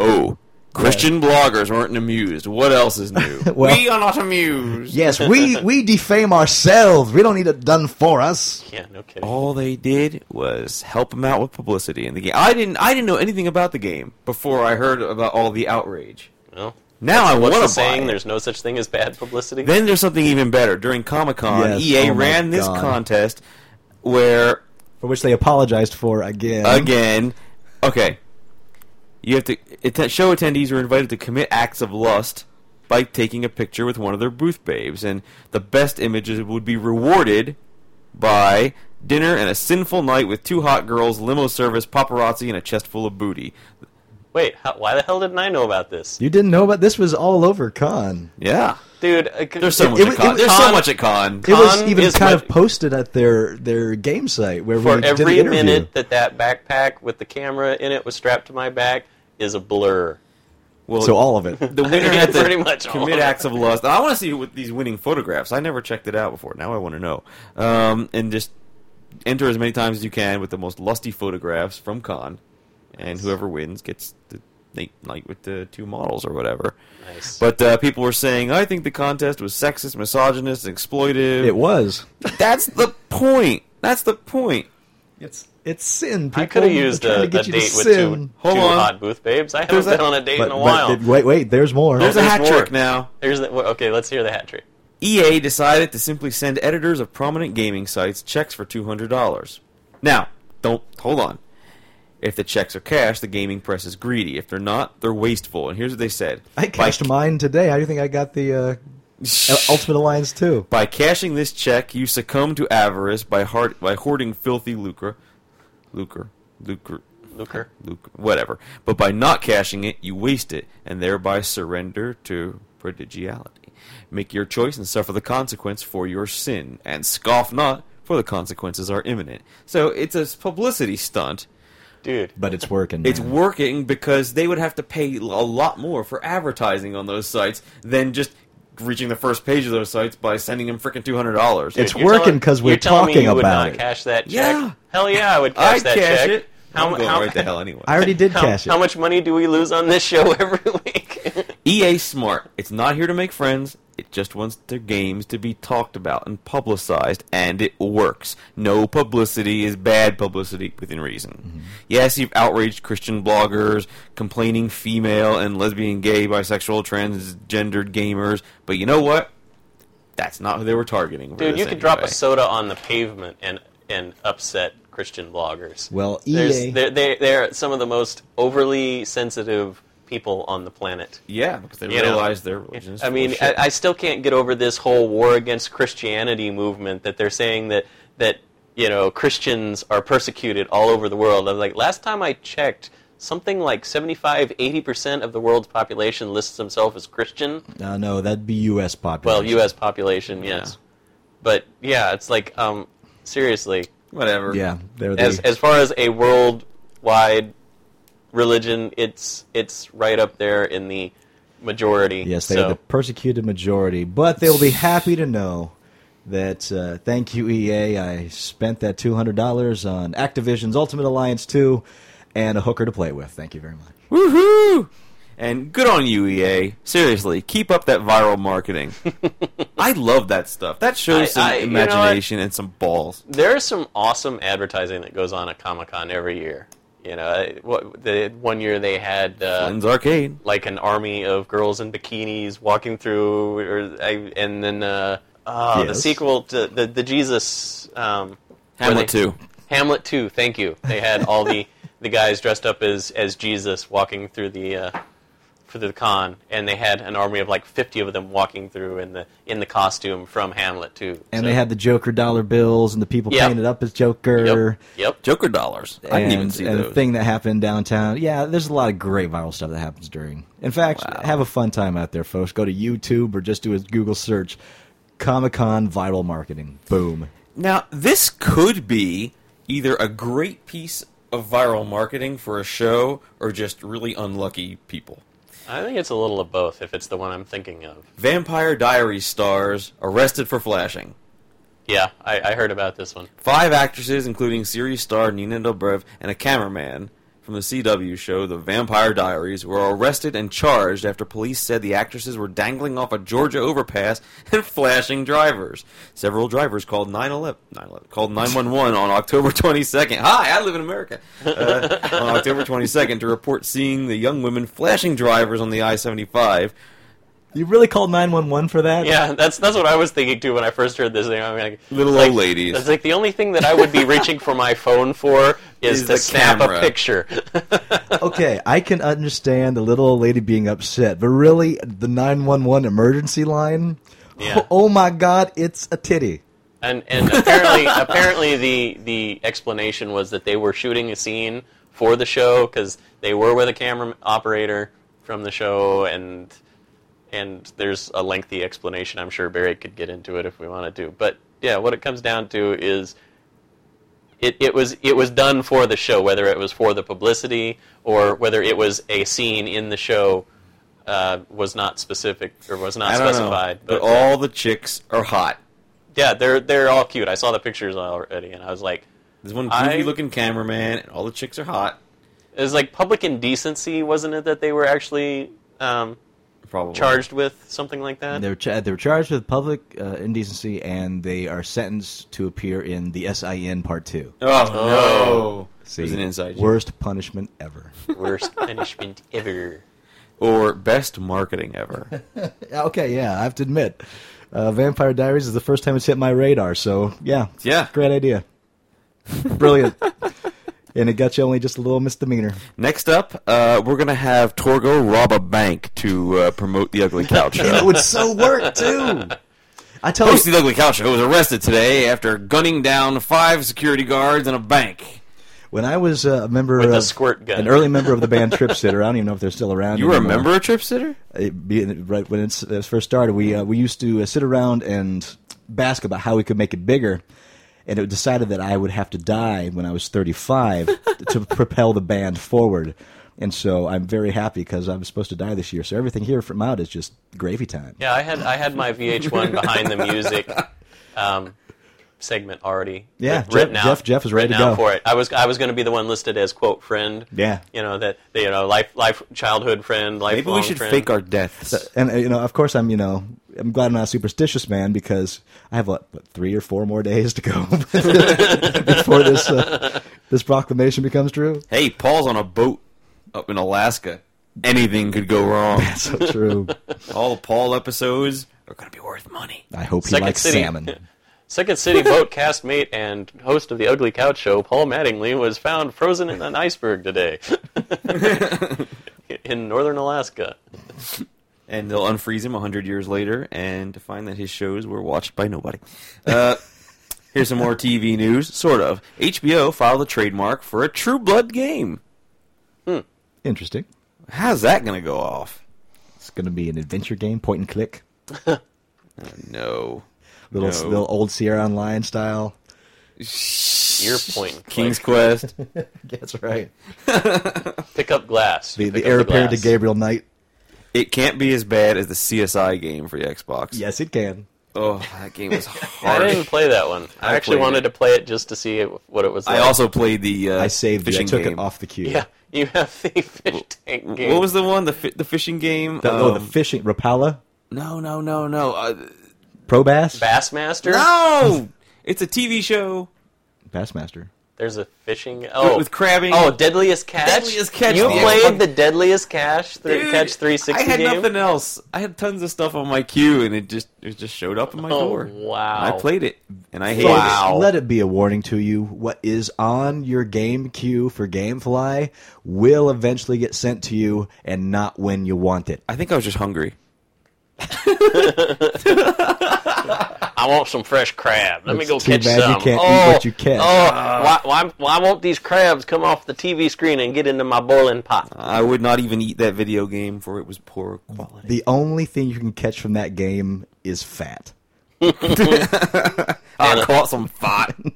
C: Oh, Christian bloggers weren't amused. What else is *laughs* new?
B: Well-
C: we are not amused.
B: yes, *laughs* we we defame ourselves. We don't need it done for us.
D: yeah, no kidding.
C: All they did was help them out with publicity in the game. I didn't. I didn't know anything about the game before I heard about all the outrage.
D: Well,
C: Now I want
D: what's
C: to
D: the
C: buy.
D: saying?
C: it.
D: There's no such thing as bad publicity.
C: Then there's something even better. During Comic Con,
B: Yes,
C: EA
B: oh my
C: ran this
B: God.
C: contest where
B: For which they apologized for again.
C: again. Okay. You have to atten- show attendees were invited to commit acts of lust by taking a picture with one of their booth babes, and the best images would be rewarded by dinner and a sinful night with two hot girls, limo service, paparazzi, and a chest full of booty.
D: Wait, how, why the hell didn't I know about this,
B: You didn't know about this was all over con.
C: Yeah,
D: dude? uh, c-
C: there's so much
B: it
C: at
B: was-
C: con.
B: it was-
C: There's so
D: Con-
C: much at con.
B: It was
D: Con
B: even
D: is
B: kind
D: what-
B: of posted at their their game site where we
D: for
B: did
D: every
B: the interview.
D: minute that that backpack with the camera in it was strapped to my back is a blur.
C: Well,
B: So all of it.
D: *laughs*
C: the winner
D: Yeah,
C: had to
D: pretty much all
C: commit
D: of it.
C: acts of lust. I want to see what these winning photographs. I never checked it out before. Now I want to know. Um, and just enter as many times as you can with the most lusty photographs from con, and whoever wins gets the night night with the two models or whatever.
D: Nice.
C: But uh, people were saying, I think the contest was sexist, misogynist, and exploitive.
B: it was.
C: That's the point. That's the point.
B: It's it's sin. People.
D: I could have used
B: We're trying
D: a,
B: to
D: a
B: get
D: date
B: you
D: with
B: to sin.
D: two,
C: Hold
D: two
C: on.
D: hot booth babes. I haven't
C: There's
D: been
C: a-
D: on a date
B: But,
D: in a
B: but
D: while.
B: th- wait, wait. There's more.
C: There's a
D: there's
C: hat
D: more.
C: trick now.
D: There's the, okay, let's hear the hat trick.
C: EA E decided to simply send editors of prominent gaming sites checks for $200. Now, don't hold on. If the checks are cash, the gaming press is greedy. If they're not, they're wasteful. And here's what they said.
B: I cashed mine today. How do you think I got the
D: *sighs*
B: uh, Ultimate Alliance too?
C: By cashing this check, you succumb to avarice by hard, by hoarding filthy lucre, lucre, lucre,
D: Lucre.
C: lucre, whatever. But by not cashing it, you waste it and thereby surrender to prodigality. Make your choice and suffer the consequence for your sin, and scoff not, for the consequences are imminent. So it's a s- publicity stunt.
D: Dude,
B: But it's working.
C: It's
B: man.
C: working because they would have to pay l- a lot more for advertising on those sites than just reaching the first page of those sites by sending them freaking two hundred dollars.
B: It's
D: You're telling-
B: working 'cause we're
D: you're telling me
B: talking
D: you would
B: about
D: not
B: it.
D: Cash that check.
C: Yeah.
D: Hell yeah, I would cash
C: I'd
D: that
C: cash
D: check.
C: it.
D: How,
C: I'm
D: mu-
C: going
D: how, *laughs*
C: right to hell anyway.
B: I already did
D: how-
B: cash it.
D: how much money do we lose on this show *laughs* every week?
C: EA E smart. It's not here to make friends. It just wants their games to be talked about and publicized, and it works. No publicity is bad publicity within reason. Yes, you've outraged Christian bloggers, complaining female and lesbian, gay, bisexual, transgendered gamers, but you know what? That's not who they were targeting. for
D: Dude,
C: this
D: you could drop
C: anyway.
D: a soda on the pavement and and upset Christian bloggers.
B: Well,
D: There's-
B: EA.
D: they're, they're, they're some of the most overly sensitive people on the planet.
C: Yeah, because they
D: You know,
C: realized their religion is
D: I
C: full
D: mean,
C: of
D: I,
C: shit.
D: I still can't get over this whole war against Christianity movement that they're saying that that you know Christians are persecuted all over the world. I'm like, last time I checked, something like 75, 80 percent of the world's population lists themselves as Christian.
B: No, Uh, no, that'd be U.S.
D: Well,
B: population.
D: U.S. population, yes, but yeah, it's like um, seriously,
C: whatever.
B: Yeah, they're the,
D: as as far as a worldwide religion, it's it's right up there in the majority.
B: yes, they're
D: so.
B: the persecuted majority. But they'll be happy to know that. Uh, thank you, EA. I spent that two hundred dollars on Activision's Ultimate Alliance two, and a hooker to play with. Thank you very much.
C: Woohoo! And good on you, EA. Seriously, keep up that viral
D: *laughs*
C: marketing. I love that stuff. That shows
D: I-
C: some
D: I- you know what?
C: imagination and some balls.
D: There's some awesome advertising that goes on at Comic Con every year. You know, I- what the one year they had uh,
C: Lens Arcade.
D: like an army of girls in bikinis walking through, or I, and then uh, uh, the
B: Yes.
D: sequel to the the Jesus um, where
C: Hamlet
D: they-
C: 2.
D: Hamlet two. Thank you. They had all the the guys dressed up as as Jesus walking through the. Uh, for the con, and they had an army of like 50 of them walking through in the in the costume from Hamlet too.
B: And
D: So-
B: they had the Joker dollar bills and the people
D: Yep.
B: painted up as Joker.
D: Yep. Yep.
C: Joker dollars. I
B: and,
C: didn't even see
B: and
C: those.
B: the thing that happened downtown. Yeah, there's a lot of great viral stuff that happens during. In fact, have a fun time out there, folks. Go to YouTube or just do a Google search, Comic Con viral marketing. Boom.
C: Now, this could be either a great piece of viral marketing for a show or just really unlucky people.
D: I think it's a little of both if it's the one I'm thinking of.
C: Vampire Diaries stars arrested for flashing.
D: Yeah, I, I heard about this one.
C: Five actresses, including series star Nina Dobrev and a cameraman from the CW show The Vampire Diaries, were arrested and charged after police said the actresses were dangling off a Georgia overpass *laughs* and flashing drivers. Several drivers called 911, 911 called 911 on October 22nd. Hi, I live in America. Uh, on October 22nd to report seeing the young women flashing drivers on the I-75.
B: You really called nine one one for that?
D: Yeah, that's that's what I was thinking too when I first heard this thing. I'm like,
C: Little
D: it's
C: old
D: like-
C: ladies.
D: It's like the only thing that I would be reaching for my
C: *laughs*
D: phone for
C: Is
D: is, to
C: the
D: snap
C: camera.
D: a picture.
B: *laughs* okay, I can understand the little old lady being upset, but really, the 911 emergency line?
D: Yeah.
B: *laughs* Oh my god, it's a titty.
D: and and apparently *laughs* apparently the the explanation was that they were shooting a scene for the show because they were with a camera operator from the show and and there's a lengthy explanation. I'm sure Barry could get into it if we wanted to. But yeah, what it comes down to is it, it was it was done for the show, whether it was for the publicity or whether it was a scene in the show uh, was not specific or was not
C: I don't know,
D: specified.
C: but all the chicks are hot.
D: yeah, they're they're all cute. I saw the pictures already, and I was like,
C: There's one
D: I-
C: goofy-looking cameraman, and all the chicks are hot.
D: it was like public indecency, wasn't it? That they were actually um,
C: Probably
D: charged with something like
C: *laughs*
D: that.
B: They were, cha- they were charged with public uh, indecency, and they are sentenced to appear in the SIN Part 2.
C: Oh,
D: Oh.
C: no! It was an inside joke.
B: Worst punishment ever.
D: Worst punishment ever.
C: or best marketing ever.
B: okay, *laughs* yeah, I have to admit, uh, Vampire Diaries is the first time it's hit my radar. So yeah,
C: Yeah.
B: great idea,
C: *laughs*
B: brilliant, and it got you only just a little misdemeanor.
C: Next up, uh, we're gonna have Torgo rob a bank to uh, promote the Ugly Cow
B: And it *laughs*
C: Show.
B: would so work
C: *laughs*
B: too. I tell
C: Host of
B: you,
C: the Ugly Cow Show was arrested today after gunning down five security guards in a bank.
B: when I was uh, a member
D: With a
B: of
D: squirt gun.
B: an early member of the band Trip Sitter, I don't even know if they're still around.
C: You were a
B: anymore.
C: member of Trip Sitter?
B: it, be- right when it's- it first started, we uh, we used to uh, sit around and bask about how we could make it bigger. And it decided that I would have to die when I was 35 *laughs* to propel the band forward. And so I'm very happy because I'm supposed to die this year. So everything here from out is just gravy time.
D: Yeah, I had I had my VH1 behind the music um, segment already.
B: Yeah,
D: writ-
B: Jeff-
D: written out-
B: Jeff- Jeff is ready
D: written
B: to
D: out
B: go.
D: for it. I was I was going to be the one listed as quote friend.
B: Yeah.
D: you know that you know life life childhood friend lifelong
C: Maybe we should
D: friend.
C: fake our deaths.
B: And uh, you know, of course, I'm you know, I'm glad I'm not a superstitious man because I have what, what, three or four more days to go *laughs* before this uh, this proclamation becomes true. *laughs*
C: Hey, Paul's on a boat up in Alaska. Anything could go
B: *laughs*
C: wrong.
B: So true.
C: All the Paul episodes are gonna be worth money.
B: I hope he
D: Second
B: likes
D: City.
B: salmon.
D: Second City boat *laughs* castmate and host of the Ugly Couch Show, Paul Mattingly, was found frozen in an iceberg today *laughs* in northern Alaska.
C: and they'll unfreeze him 100 years later and to find that his shows were watched by nobody.
B: *laughs*
C: Uh, here's some more TV news, sort of. HBO filed a trademark for a True Blood game.
B: Interesting.
C: How's that going to go off?
B: It's going to be an adventure game, point and click,
C: No.
B: little
C: No.
B: little old Sierra Online style.
D: Your point.
C: King's Quest.
B: *laughs* That's right.
D: pick up glass.
B: The,
D: Pick
B: the
D: up
B: heir apparent to
D: glass.
B: Gabriel Knight.
C: It can't be as bad as the CSI game for the Xbox.
B: Yes, it can.
C: Oh, that
B: *laughs*
C: game was
D: I didn't
C: hard.
D: play that one. I,
C: I
D: actually
C: played
D: wanted
C: it.
D: to play it just to see it, what it was like.
C: I also played the uh,
B: I saved it. I
C: fishing
B: took
C: game.
B: it off the queue.
D: *laughs* Yeah, you have the fish tank game.
C: What was the one? The fi- the fishing game?
B: The, oh, the
C: Um,
B: fishing Rapala
C: no, no, no, no. Uh,
B: Pro Bass *laughs*
D: Bassmaster?
C: no! it's a TV show.
B: Bassmaster.
D: There's a fishing. Oh,
C: with crabbing.
D: Oh, Deadliest Catch.
C: Deadliest Catch,
D: You
C: the
D: played
C: Xbox-
D: the Deadliest Catch, th-
C: Dude,
D: Catch 360
C: I had
D: game.
C: nothing else. I had tons of stuff on my queue, and it just it just showed up in my
D: Oh,
C: door.
D: wow.
C: And I played it, and I hated
B: Folks,
C: it.
B: Let it be a warning to you. What is on your game queue for GameFly will eventually get sent to you and not when you want it.
C: I think I was just hungry.
D: I want some fresh crab. Let me
B: It's
D: go
B: too
D: catch
B: bad you
D: some.
B: can't
D: oh,
B: eat what you catch.
D: Oh, why, why, why won't these crabs come off the TV screen and get into my boiling pot?
B: Uh.
C: I would not even eat that video game, for it was poor quality.
B: The only thing you can catch from that game is *laughs* fat.
C: I caught some fat.
D: *laughs*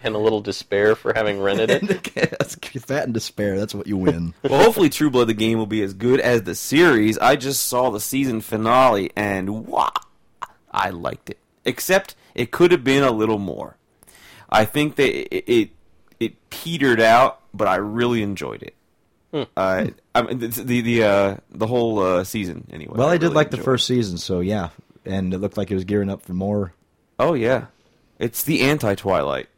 D: And a little despair for having rented
B: *laughs*
D: it.
B: fat and despair. That's what you *laughs* win.
C: well, hopefully, True Blood the game will be as good as the series. I just saw the season finale, and wow, I liked it. Except it could have been a little more. I think that it it, it petered out, but I really enjoyed it. Uh, I mean, the the the, uh, the whole uh, season anyway.
B: well, I, did
C: really
B: like the
C: enjoyed.
B: first season, so yeah. And it looked like it was gearing up for more.
C: Oh yeah, it's the anti Twilight.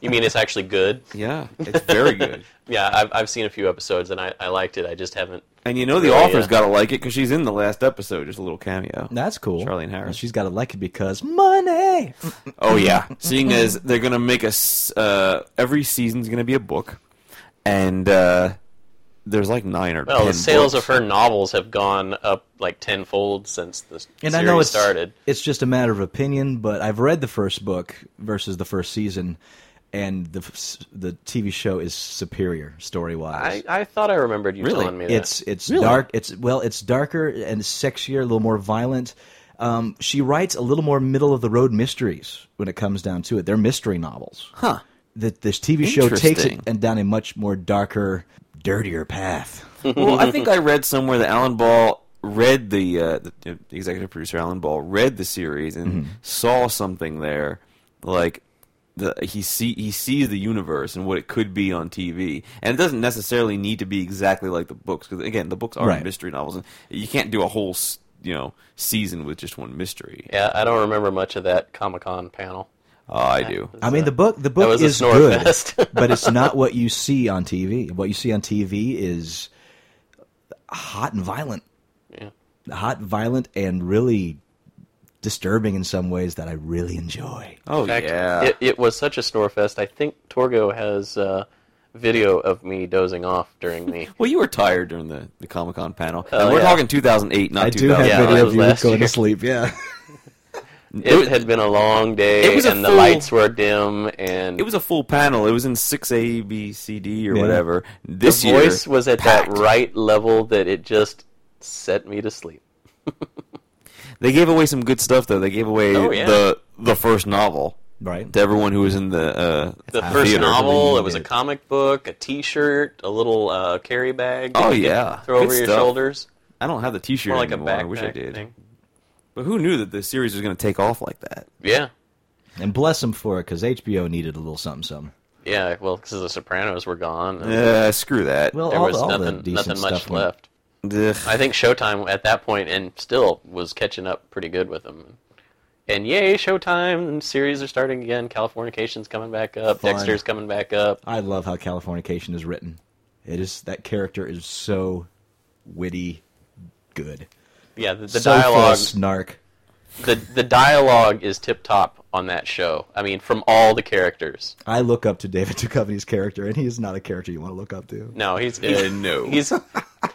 D: You mean it's actually good?
C: Yeah, it's
B: *laughs*
C: very good.
D: Yeah, I've, I've seen a few episodes and I, I liked it. I just haven't.
C: And you know the
D: Really,
C: author's
D: yeah.
C: got to like it because she's in the last episode, just a little cameo.
B: That's cool.
C: Charlene Harris.
B: She's got elected because money.
C: Oh yeah, *laughs* seeing as they're gonna make us uh, every season's gonna be a book, and uh, there's like nine or
D: Well,
C: ten
D: the sales
C: books.
D: of her novels have gone up like tenfold since the
B: And
D: series
B: I know it's
D: started.
B: it's just a matter of opinion, but I've read the first book versus the first season, and the f- the TV show is superior story
D: I,
B: wise.
D: I thought I remembered you
C: Really?
D: telling me that.
B: It's it's dark. It's well, it's darker and sexier, a little more violent. Um, she writes a little more middle of the road mysteries when it comes down to it. They're mystery novels.
C: Huh.
B: The, this TV show takes it
C: Interesting.
B: and down a much more darker, dirtier
D: *laughs*
B: path.
C: well, I think I read somewhere that Alan Ball read the, uh, the the executive producer Alan Ball read the series and saw something there, like the he see he sees the universe and what it could be on TV, and it doesn't necessarily need to be exactly like the books because again, the books are
B: Right.
C: mystery novels, and you can't do a whole s- you know season with just one mystery.
D: yeah, I don't remember much of that Comic Con panel.
C: Oh, I do.
B: I mean, the book the book
D: was a
B: is
D: snore
B: good,
D: fest. *laughs*
B: but it's not what you see on TV. What you see on TV is hot and violent,
D: Yeah.
B: hot, violent, and really disturbing in some ways that I really enjoy.
C: Oh
D: In fact,
C: yeah.
D: it, it was such a snore fest. I think Torgo has uh, video of me dozing off during
C: *laughs*
D: the.
C: well, you were tired during the, the Comic Con panel.
D: Oh,
C: and we're
D: yeah.
C: talking 2008, not
B: I do
C: 2000.
B: have
D: Yeah, that
B: video
D: was
B: of you
D: last
B: going to
D: year.
B: sleep.
D: *laughs*
B: Yeah,
D: It, had been a long day,
C: It was a
D: and the
C: full-
D: lights were dim, and
C: It was a full panel. It was in six A, B, C, D, or
B: Yeah.
C: whatever.
D: the
C: This year,
D: voice was at
C: packed.
D: that right level that it just set me to sleep.
C: They gave away some good stuff, though. They gave away
D: Oh, yeah.
C: the the first novel
B: right.
C: to everyone who was in the uh,
D: The
B: I
D: first
C: theater.
D: novel, it was a
B: it.
D: comic book, a T-shirt, a little uh, carry bag. that
C: Oh,
D: you could
C: yeah.
D: *laughs* throw
C: Good
D: over your
C: stuff.
D: shoulders,
C: I don't have the T-shirt
D: more like a
C: anymore.
D: backpack.
C: I wish I did.
D: thing.
C: But who knew that the series was going to take off like that?
D: Yeah,
B: And bless them for it because HBO needed a little something, something.
D: yeah. Well, because the Sopranos were gone, and
C: Uh, screw that.
B: Well,
D: there
B: all,
D: was
B: all the
D: nothing,
B: decent
D: nothing much
B: stuff went-
D: left.
C: Ugh.
D: I think Showtime at that point, and still was catching up pretty good with them. And yay, Showtime! Series are starting again. Californication's coming back up.
B: Fun.
D: Dexter's coming back up.
B: I love how Californication is written. It is that character is so witty, good.
D: Yeah, the, the
B: so full of
D: dialogue,
B: snark.
D: the the dialogue is tip top on that show. I mean, from all the characters.
B: I look up to David *laughs* Duchovny's character, and he is not a character you want to look up to.
D: No, he's
C: Uh, no.
D: *laughs* He's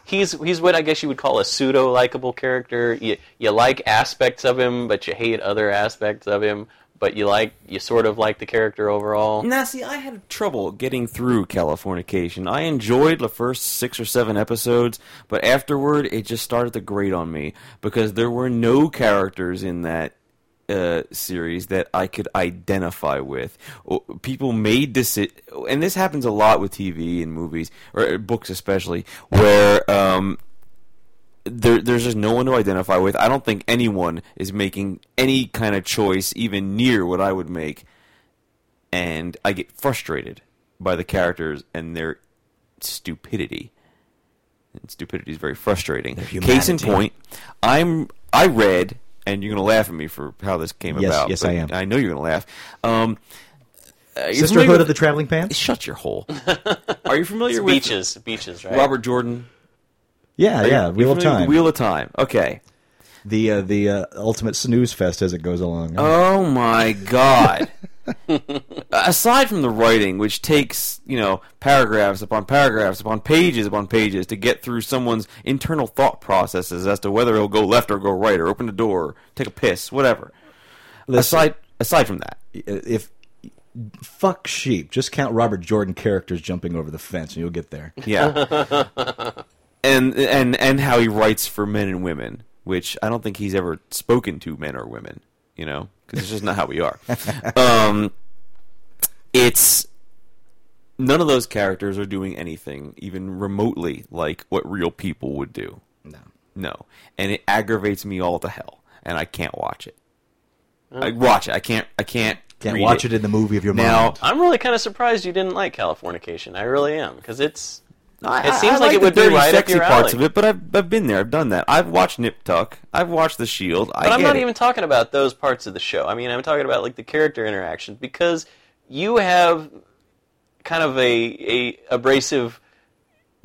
D: he's he's what I guess you would call a pseudo likable character. You you like aspects of him, but you hate other aspects of him. But you like you sort of like the character overall.
C: Now, see, I had trouble getting through Californication. I enjoyed the first six or seven episodes, but afterward, it just started to grate on me because there were no characters in that uh, series that I could identify with. O- People made this, and this happens a lot with TV and movies or uh, books, especially, where um, there, there's just no one to identify with. I don't think anyone is making any kind of choice even near what I would make, and I get frustrated by the characters and their stupidity. And stupidity is very frustrating. Case in
B: humanity.
C: point, I'm I read, and you're gonna laugh at me for how this came
B: Yes,
C: about.
B: yes,
C: but
B: I am.
C: I know you're gonna laugh. Um, Are you familiar
B: Sisterhood
C: with-
B: of the Traveling Pants.
C: Shut your hole. Are you familiar with
D: beaches, beaches, right?
C: Robert Jordan?
B: Yeah,
C: Are you-
B: yeah.
C: you
B: Wheel of
C: familiar with
B: Time.
C: Wheel of Time. Okay.
B: the uh, the uh, ultimate snooze fest as it goes along.
C: Oh my god. Aside from the writing, which takes, you know, paragraphs upon paragraphs upon pages upon pages to get through someone's internal thought processes as to whether he'll go left or go right or open a door or take a piss, whatever.
B: Listen,
C: Aside aside from that.
B: if fuck sheep, just count Robert Jordan characters jumping over the fence, and you'll get
C: *laughs*
B: there.
C: Yeah.
B: *laughs*
C: and and and how he writes for men and women, which I don't think he's ever spoken to men or women, you know, because it's just not how
B: *laughs*
C: we are. Um, it's none of those characters are doing anything even remotely like what real people would do.
B: No.
C: No, and it aggravates me all to hell, and I can't watch it. I watch it. I can't. I can't.
B: Oh. Can't
C: read
B: watch it. in the movie of your
C: now.
B: mind.
D: I'm really kind of surprised you didn't like Californication. I really am because it's
C: I-
D: It
C: I-
D: seems
C: I
D: like it
C: the
D: would be
C: dirty,
D: right up
C: sexy
D: your
C: parts
D: alley.
C: of it, but I've, I've been there. I've done that. I've watched Nip Tuck. I've watched The Shield. I
D: But I'm
C: get
D: not
C: it.
D: even talking about those parts of the show. I mean, I'm talking about like the character interactions because you have kind of a, a abrasive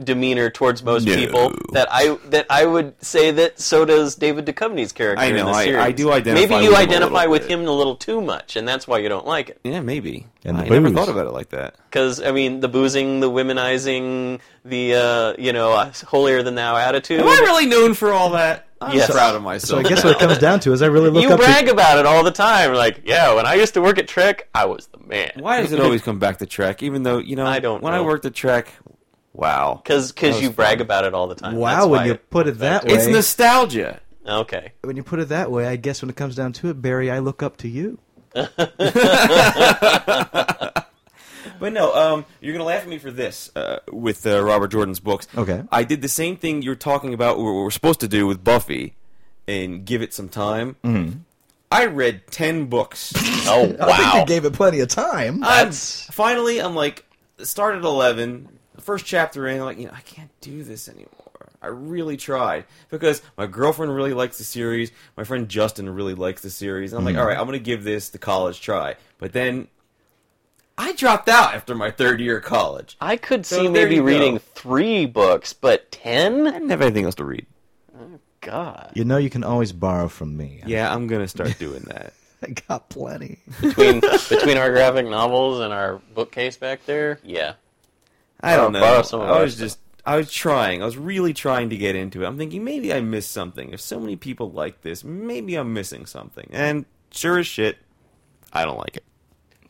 D: demeanor towards most
C: No.
D: people that I that I would say that so does David Duchovny's character.
C: I know,
D: In the
C: I-
D: series.
C: I do identify
D: Maybe
C: with
D: you
C: him a
D: identify
C: little
D: with
C: bit.
D: him a little too much, and that's why you don't like it.
C: Yeah, maybe.
B: And the
C: I never
B: booze.
C: thought about it like that.
D: Because I mean, the boozing, the womenizing, the uh, you know uh, holier than thou attitude.
C: Am I really known for all that? I'm
D: Yes.
C: proud of
B: So I
C: myself.
D: *laughs*
B: guess what it comes down to is I really look
D: you
B: up to
D: brag about it all the time, like, yeah, when I used to work at Trek, I was the man.
C: Why does it always come back to Trek? Even though you know,
D: I don't
C: When I
D: know.
C: worked at Trek, wow,
D: Because
C: That
D: because you
C: was
D: brag
C: fun.
D: about it all the time.
B: Wow,
D: That's
B: when
D: why
B: you
D: it-
B: put it that way,
C: It's nostalgia.
D: okay.
B: when you put it that way, I guess when it comes down to it, Barry, I look up to you.
C: But no, um, you're gonna laugh at me for this uh, with uh, Robert Jordan's books.
B: Okay.
C: I did the same thing you're talking about. What we're supposed to do with Buffy, and give it some time.
B: Mm-hmm.
C: I read
B: *laughs*
C: ten books.
D: Oh
B: I
D: wow,
B: think they gave it plenty of time.
C: I'm-
D: That's-
C: finally, I'm like, start at 11, first chapter in, I'm like, you know, I can't do this anymore. I really tried because my girlfriend really likes the series. My friend Justin really likes the series. And I'm like, all right, I'm going to give this the college try. But then I dropped out after my third year of college.
D: I could
C: So
D: see
C: there
D: maybe
C: you go.
D: reading three books, but
C: I
D: ten?
C: didn't have anything else to read.
D: God,
B: you know you can always borrow from me.
C: Yeah, I'm going to start doing that.
B: *laughs* I got plenty.
D: between between our graphic novels and our bookcase back there, yeah.
C: I don't know.
D: Borrow some of
C: I was
D: ours,
C: just I was trying. I was really trying to get into it. I'm thinking maybe I missed something. If so many people like this, maybe I'm missing something. And sure as shit, I don't like it.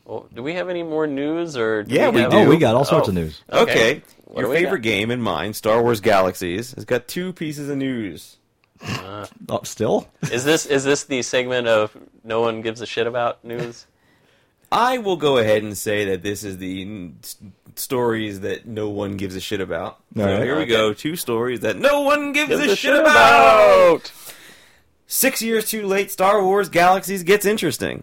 D: Well, do we have any more news or? Do
C: Yeah, we
D: have-
C: do.
B: Oh, we got all sorts
D: Oh.
B: of news.
C: Okay.
D: What
C: Your
D: do we
C: favorite
D: got?
C: game and mine, Star Wars Galaxies, has got two pieces of news.
B: Oh, still?
D: Is this is this the segment of no one gives a shit about news?
C: I will go ahead and say that this is the n- s- stories that no one gives a shit about.
B: All
C: so
B: right.
C: here we go. Two stories that no one gives, a,
D: Gives a
C: shit about. Six years too late, Star Wars Galaxies gets
D: *laughs*
C: interesting.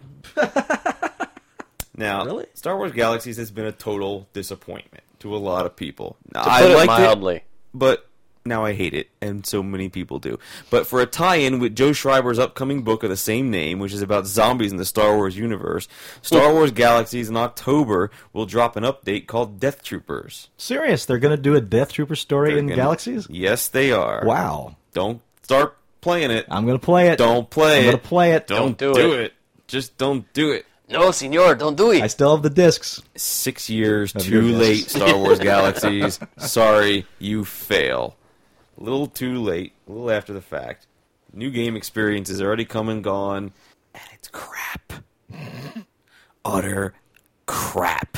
C: now,
D: Really?
C: Star Wars Galaxies has been a total disappointment to a lot of people. Now,
D: To
C: I
D: put it
C: liked
D: mildly.
C: but now I hate it, and so many people do. But for a tie-in with Joe Schreiber's upcoming book of the same name, which is about zombies in the Star Wars universe, Star Wars Galaxies in October will drop an update called Death Troopers.
B: Serious? They're going to do a Death Trooper story in
C: They're gonna-
B: Galaxies?
C: Yes, they are.
B: Wow.
C: Don't start playing it.
B: I'm going to play it.
C: Don't play
B: I'm
C: it.
B: going to play it.
C: Don't,
D: Don't do
C: do
D: it.
C: it. Just don't do it.
D: No, senor, don't do it.
B: I still have the discs.
C: six years
B: your
C: too
B: guess.
C: late, Star Wars Galaxies. Sorry, you fail. A little too late, a little after the fact. New game experience is already come and gone, and it's crap. *laughs* Utter crap.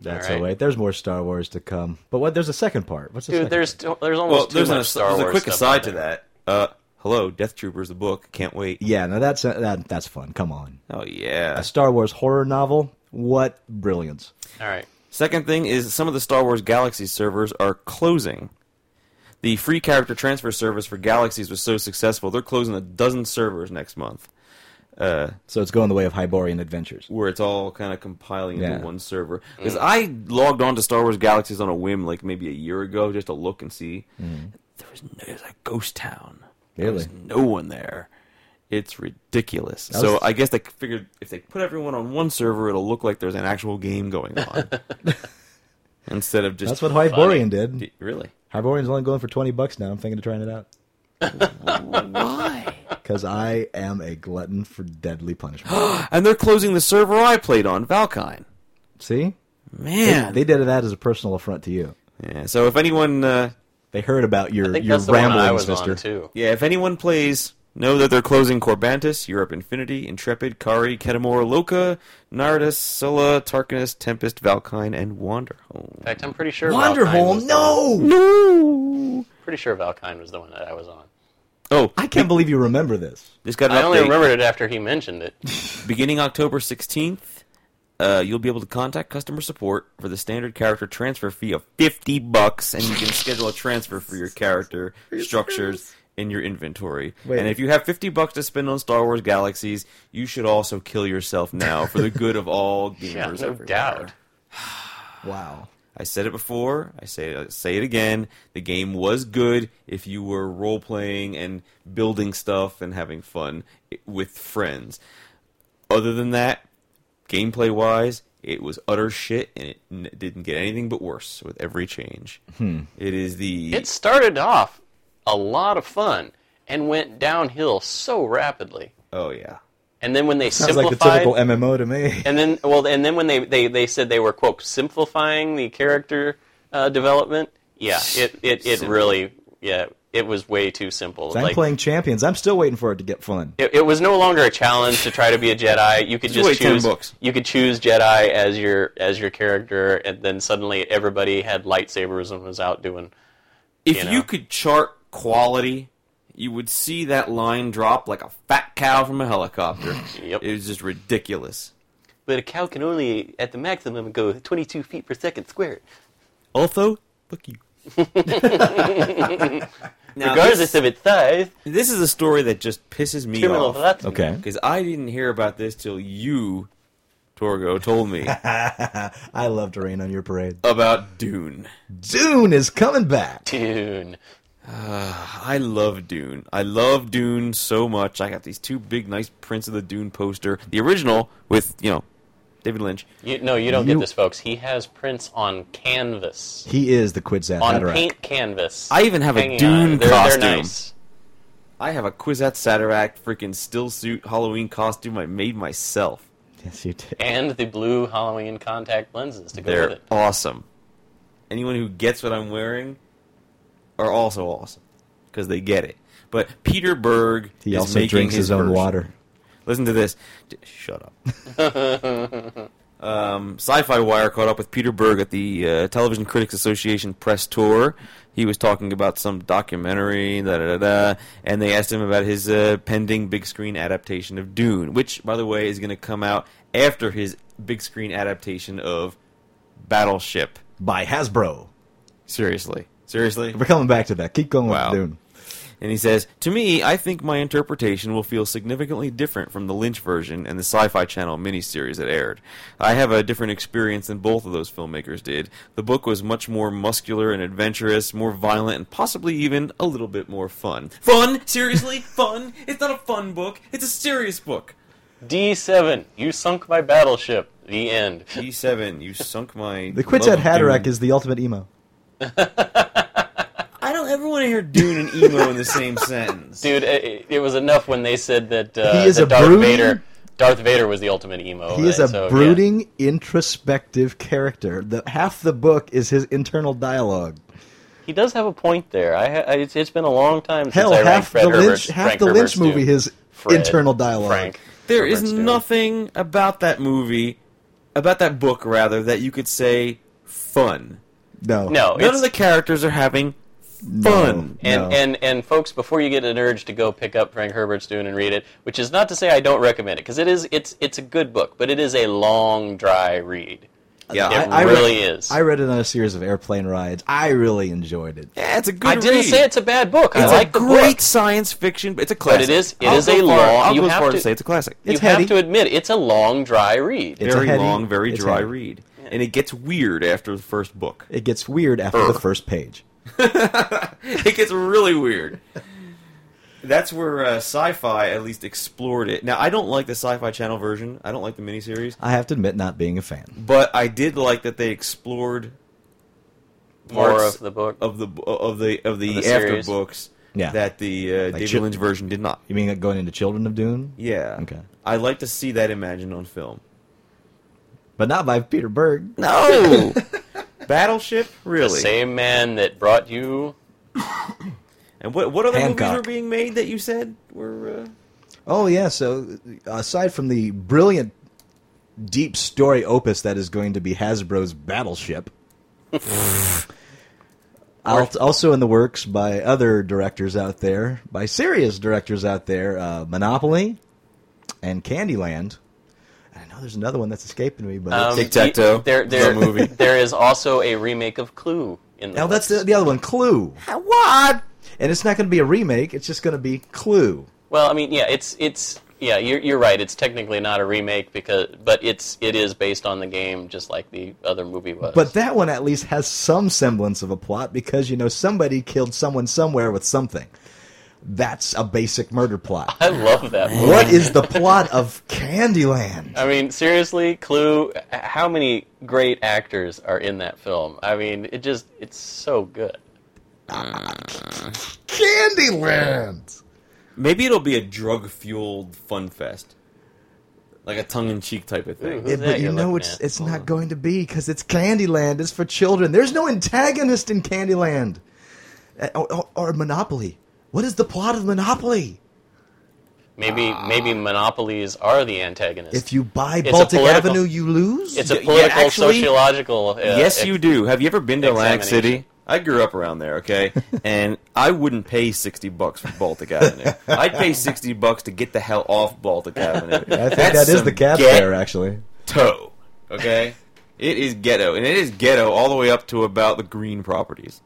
B: That's all
D: All
B: right.
D: right.
B: There's more Star Wars to come. But what? There's a second part. What's the
D: Dude,
B: second
D: there's
B: part?
D: there's almost
C: Well,
D: too
C: there's,
D: much
C: an,
D: Star
C: there's a
D: Wars
C: quick
D: stuff
C: aside
D: out
C: to
D: there.
C: that. Uh, hello, Death Troopers, the book. Can't wait.
B: Yeah, no, that's that, that's fun. Come on.
C: Oh yeah.
B: A Star Wars horror novel? What brilliance.
D: All right.
C: Second thing is some of the Star Wars Galaxy servers are closing. The free character transfer service for Galaxies was so successful, they're closing a dozen servers next month,
B: So it's going the way of Hyborian Adventures.
C: where it's all kind of compiling
B: Yeah.
C: into one server. Because I logged on to Star Wars Galaxies on a whim, like maybe a year ago, just to
B: Mm.
C: look and see. There was no, it was a ghost town. There
B: Really?
C: was no one there. It's ridiculous.
B: That
C: so
B: was-
C: I guess they figured if they put everyone on one server, it'll look like there's an actual game going
B: *laughs*
C: on instead of just
B: That's what Hyborian did.
C: Really?
B: Hyborian's only going for twenty bucks now. I'm thinking of trying it out
C: Why?
B: because I am a glutton for deadly
C: *gasps*
B: punishment.
C: *coughs* And they're closing the server I played on, Valkyne.
B: See,
C: Man.
B: they did that as a personal affront to you.
C: yeah, so if anyone, uh,
B: They heard about your
D: I think
B: your
D: that's the one I
B: ramblings,
D: was
B: Mister.
D: on too.
C: yeah, if anyone plays, know that they're closing Corbantis, Europe Infinity, Intrepid, Kari, Ketamore, Loca, Nardus, Sulla, Tarkinus, Tempest, Valkyne, and Wanderholm.
D: In fact, I'm pretty sure Valkyne was
B: Wanderholm,
D: the one-
B: no!
C: No.
D: pretty sure Valkyne was the one that I was on.
C: Oh,
B: I can't believe you remember this.
C: Just got an
D: I only
C: update.
D: remembered it after he mentioned it.
C: *laughs* Beginning October 16th, uh, you'll be able to contact customer support for the standard character transfer fee of 50 bucks, and you can schedule a transfer for your character structures in your inventory.
B: Wait.
C: And if you have 50 bucks to spend on Star Wars Galaxies, you should also kill yourself now for the good of all gamers.
D: Yeah, no
C: everywhere.
D: doubt.
B: Wow.
C: I said it before. I say I say it again. The game was good if you were role playing and building stuff and having fun i- with friends. Other than that, gameplay wise, it was utter shit, and it n- didn't get anything but worse with every change. It is the
D: It started off a lot of fun and went downhill so rapidly.
C: oh yeah
D: And then when they
B: Sounds like the
D: simplified,
B: typical MMO to me.
D: and then well, and then when they, they, they said they were quote simplifying the character uh, development. Yeah, it it, it
C: Simple.
D: really yeah it was way too simple.
B: I'm
D: Like,
B: playing Champions. I'm still waiting for it to get fun.
D: it, it was no longer a challenge to try to be a Jedi. You could
C: Just
D: just
C: wait 10
D: choose
C: books.
D: you could choose Jedi as your as your character, and then suddenly everybody had lightsabers and was out doing.
C: if you,
D: You know.
C: could chart quality, you would see that line drop like a fat cow from a *laughs* helicopter.
D: Yep.
C: It was just ridiculous.
D: But a cow can only at the maximum go 22 feet per second squared.
C: Also, look
D: *laughs*
C: you. now,
D: Regardless
C: this,
D: of its size,
C: this is a story that just pisses me
D: criminal
C: off.
D: velocity.
B: Okay.
C: Because I didn't hear about this till you, Torgo, told
D: *laughs*
C: me
B: I love to rain on your parade.
C: about Dune.
B: Dune is coming back.
D: Dune.
C: I love Dune. I love Dune so much. I got these two big, nice prints of the Dune poster. The original with, you know, David Lynch.
D: You, no, you don't
B: You-
D: get this, folks. He has prints on canvas,
B: He is the Quetzal
D: on
B: Haderach.
D: paint canvas.
C: I even have a
D: Hanging
C: Dune
D: on. They're,
C: costume.
D: They're nice.
C: I have a Quizette Satarac freaking still suit Halloween costume I made myself.
B: Yes, you did.
D: And the blue Halloween contact lenses to go with
C: They're
D: it.
C: awesome. Anyone who gets what I'm wearing are also awesome because they get it. But Peter Berg
B: He
C: is
B: also
C: making
B: drinks his, own
C: version.
B: water.
C: Listen to this. D- Shut up. um, Sci-Fi Wire caught up with Peter Berg at the uh, Television Critics Association press tour. He was talking about some documentary, da da da, da and they asked him about his uh, pending big screen adaptation of Dune, which, by the way, is going to come out after his big screen adaptation of Battleship.
B: By Hasbro.
C: Seriously, seriously.
B: We're coming back to that. Keep going
C: Wow.
B: with Dune.
C: And he says, To me, I think my interpretation will feel significantly different from the Lynch version and the Sci Fi Channel miniseries that aired. I have a different experience than both of those filmmakers did. The book was much more muscular and adventurous, more violent, and possibly even a little bit more fun. Fun? Seriously? *laughs* fun? It's not a fun book, it's a serious book.
D: D7, you sunk my battleship. The end.
C: D7, you sunk my.
B: The Quetzal
C: love of
B: Haderach
C: Dune.
B: is the ultimate emo.
C: I don't ever want to hear Dune and emo in the *laughs* same sentence.
D: Dude, it, it was enough when they said that, uh,
B: He is
D: that
B: a
D: Darth
B: brooding-
D: Vader. Darth Vader was the ultimate emo.
B: He is
D: right?
B: a
D: So, yeah.
B: brooding, introspective character. The, half the book is his internal dialogue.
D: He does have a point there. I, ha- I it's, it's been a long time
B: Hell,
D: since I ranked
B: half
D: Fred
B: the
D: Herbert's-
B: Lynch, half
D: Frank
B: the Lynch
D: Herbert's
B: movie
D: Dune.
B: his
D: Fred,
B: internal dialogue.
D: Frank.
C: There is
D: Herbert's Dune.
C: nothing about that movie, about that book rather, that you could say fun.
B: No,
D: No,
C: None
D: Oh, it's,
C: of the characters are having fun.
B: No.
D: and, and and folks, before you get an urge to go pick up Frank Herbert's Dune and read it, which is not to say I don't recommend it, because it is it's it's a good book, but it is a long, dry read.
C: Yeah,
D: It
B: I- I re-
D: really is.
B: I read it on a series of airplane rides. I really enjoyed it.
C: yeah, it's a good.
D: I didn't
C: read.
D: say it's a bad book. I
C: It's
D: like
C: a
D: the
C: great
D: book.
C: science fiction. But it's a classic.
D: it is- it
C: I'll
D: is
C: go
D: a
C: far-
D: long-
C: I'll
D: you
C: go as
D: have
C: far to,
D: to-
C: say it's a classic.
B: It's
D: you have
B: heady.
D: to admit it's a long, dry read.
B: It's a
C: very
B: heady-
C: long, very
B: it's
C: dry
B: heady.
C: read, and it gets weird after the first *laughs* book.
B: It gets weird after the first page.
C: it gets really weird. *laughs* that's where uh, sci-fi at least explored it. Now I don't like the sci-fi channel version. I don't like the miniseries,
B: I have to admit, not being a fan.
C: but I did like that they explored
D: More
C: parts
D: of the book.
B: Oh,
C: of the of the of the,
D: Of the
C: after
D: series.
C: books
B: Yeah.
C: that the uh, David
B: chil-
C: Lynch version did not.
B: You mean like going into Children of Dune?
C: Yeah.
B: Okay.
C: I like to see that imagined on film.
B: But not by Peter Berg.
C: No. *laughs* Battleship,
D: The
C: really?
D: same man that brought you.
C: And what what other movies
B: Hancock.
C: were being made that you said were? Uh...
B: Oh yeah. So aside from the brilliant, deep story opus that is going to be Hasbro's Battleship, al- also in the works by other directors out there, by serious directors out there, uh, Monopoly and Candyland. I know there's another one that's escaping me, but it's-
C: Tic-tac-toe.
D: um, There,
C: The
D: there,
C: movie.
D: *laughs* there is also a remake of Clue in the.
B: now that's the,
D: works.
B: the other one, Clue,
C: What?
B: and it's not going to be a remake. It's just going to be Clue.
D: Well, I mean, yeah, it's it's yeah, you're you're right. It's technically not a remake because, but it's it is based on the game, just like the other movie was.
B: But that one at least has some semblance of a plot because you know somebody killed someone somewhere with something. That's a basic murder plot.
D: I love that. Movie.
B: What is the plot of Candyland?
D: I mean, seriously, Clue. h- How many great actors are in that film? I mean, it just it's so good.
B: Candyland.
C: Mm. Maybe it'll be a drug fueled fun fest, like a tongue in cheek type of thing.
D: Ooh.
B: It-
D: that
B: but you
D: you're
B: know
D: looking
B: it's
D: at?
B: it's not going to be because it's Candyland. It's for children. There's no antagonist in Candyland, Uh, or, or- or Monopoly. What is the plot of Monopoly?
D: Maybe maybe monopolies are the antagonists.
B: Ah. If you buy
D: It's a
B: Baltic
D: political-
B: Avenue, you lose.
D: it's a
C: Yeah,
D: political,
C: actually-
D: sociological. Uh,
C: Yes, you
D: ex-
C: do. Have you ever been to Atlantic
D: Examination.
C: City? I grew up around there,
B: *laughs*
C: okay, and I wouldn't pay sixty bucks for Baltic Avenue. I'd pay sixty bucks to get the hell off Baltic Avenue.
B: I think that is the cap there, actually.
C: Toe, okay. It is ghetto, and it is ghetto all the way up to about the green properties.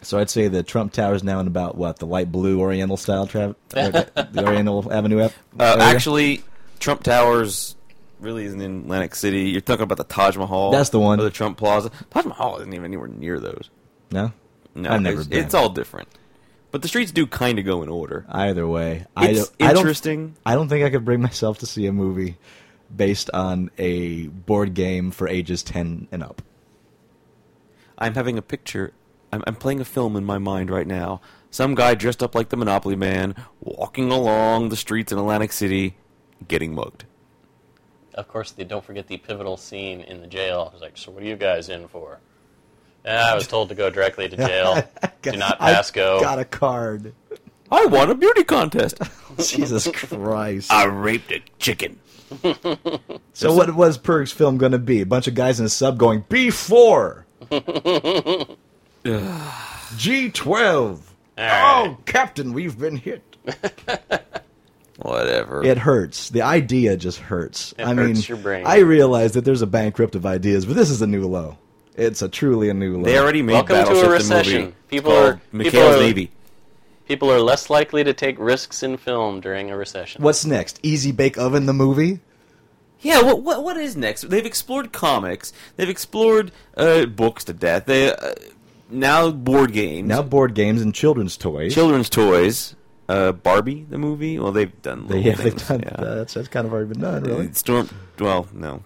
B: So I'd say the Trump Tower is now in about what the light blue Oriental style,
C: *laughs*
B: tra- the Oriental Avenue app.
C: Uh, actually, Trump Towers really isn't in Atlantic City. You're talking about the Taj Mahal.
B: That's the one.
C: Or the Trump Plaza. Taj Mahal isn't even anywhere near those.
B: no,
C: No,
B: I've never
C: it's,
B: been.
C: it's all different. But the streets do kind of go in order.
B: Either way, I
C: It's
B: don't- I don't,
C: interesting.
B: I don't think I could bring myself to see a movie based on a board game for ages ten and up.
C: I'm having a picture. I'm, I'm playing a film in my mind right now. Some guy dressed up like the Monopoly Man walking along the streets in Atlantic City, getting mugged.
D: Of course, they don't forget the pivotal scene in the jail. It's like, so what are you guys in for? "Ah, I was told to go directly
B: *laughs*
C: *laughs*
D: to jail. do not
B: I
D: pass go.
B: Got a card.
C: I won a beauty contest.
B: Jesus
D: *laughs*
B: Christ!
C: I raped a chicken.
B: so what was Perg's film going to be? A bunch of guys in a sub going B four, *sighs* G twelve.
D: All right.
B: Oh, Captain, we've been hit.
C: Whatever.
B: It hurts. The idea just hurts.
D: It
B: I mean,
D: hurts your brain.
B: I realize that there's a bankrupt of ideas, but this is a new low. It's a truly a new low.
C: They already made
D: Welcome to a
C: Battleship the
D: recession.
C: movie. It's
D: People
C: called
D: are-
C: McHale's
D: people are-
C: Navy.
D: People are less likely to take risks in film during a recession.
B: What's next? Easy Bake Oven, the movie.
C: Yeah, what what what is next? They've explored comics. They've explored uh, books to death. They uh, now board games,
B: Now board games and children's toys.
C: children's toys, uh, Barbie the movie. Well, they've done
B: They-
C: little
B: *laughs* yeah, they've
C: things.
B: done
C: yeah.
B: that's, that's kind of already been done, really.
C: Storm. Well, no,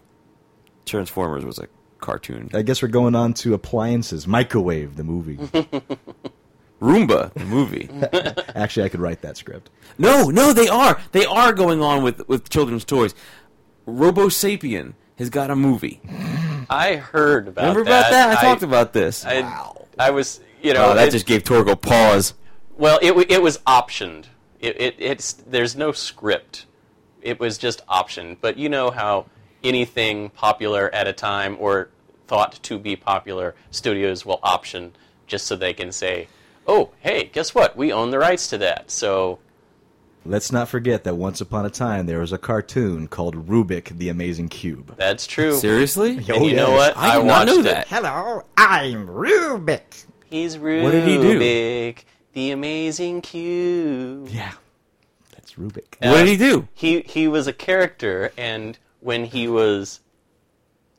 C: Transformers was a cartoon.
B: I guess we're going on to appliances. Microwave, the
D: *laughs*
B: movie.
C: Roomba the *laughs* movie.
B: Actually, I could write that script.
C: no, no, they are they are going on with with children's toys. Robo Sapien has got a movie.
D: I heard about
C: Remember
D: that.
C: about that? I, talked about this.
D: I, I was, you know,
C: oh, that
D: it-
C: just gave Torgo pause.
D: well, it wa- it was optioned. It, it it's there's no script. It was just optioned. But you know how anything popular at a time or thought to be popular, studios will option just so they can say, "Oh, hey, guess what? We own the rights to that." So
B: Let's not forget that once upon a time there was a cartoon called Rubik the Amazing Cube.
D: that's true.
C: Seriously?
D: And you
B: Oh,
D: know
B: yes.
D: what?
C: I did not know
D: watched
C: that.
D: it.
E: Hello, I'm Rubik.
D: He's Rubik,
C: did he do?
D: the amazing cube.
B: Yeah, that's Rubik.
C: What did he do?
D: Uh, he he was a character, and when he was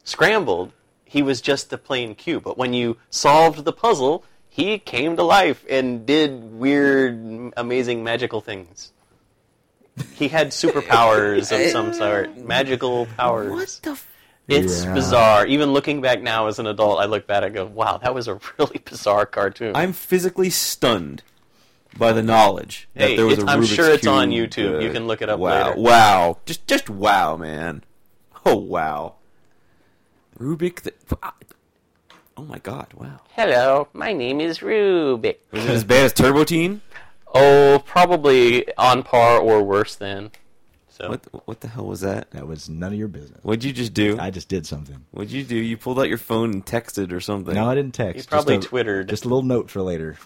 D: scrambled, he was just the plain cube. But when you solved the puzzle, he came to life and did weird, amazing, magical things. He had superpowers
C: *laughs*
D: of some sort, magical powers.
C: What the? F-
D: It's
B: Yeah.
D: bizarre. Even looking back now as an adult, I look back and go, "Wow, that was a *laughs* really bizarre cartoon."
C: I'm physically stunned by the knowledge
D: Hey,
C: that there was a
D: it's- I'm
C: Rubik's
D: sure it's on
C: Cube,
D: YouTube.
C: uh,
D: You can look it up
C: wow.
D: later.
C: Wow. Just just wow, man. Oh wow. Rubik the Oh my
B: *laughs*
C: god, wow.
D: Hello, my name is Rubik.
C: Was it as bad as Turbo Teen?
D: Oh, probably on par or worse than. So
C: What what the hell was that?
B: That was none of your business.
C: What'd you just do?
B: I just did something.
C: What'd you do? You pulled out your phone and texted or something.
B: No, I didn't text.
D: he
B: Just
D: probably
B: a-
D: twittered.
B: Just a little note for later.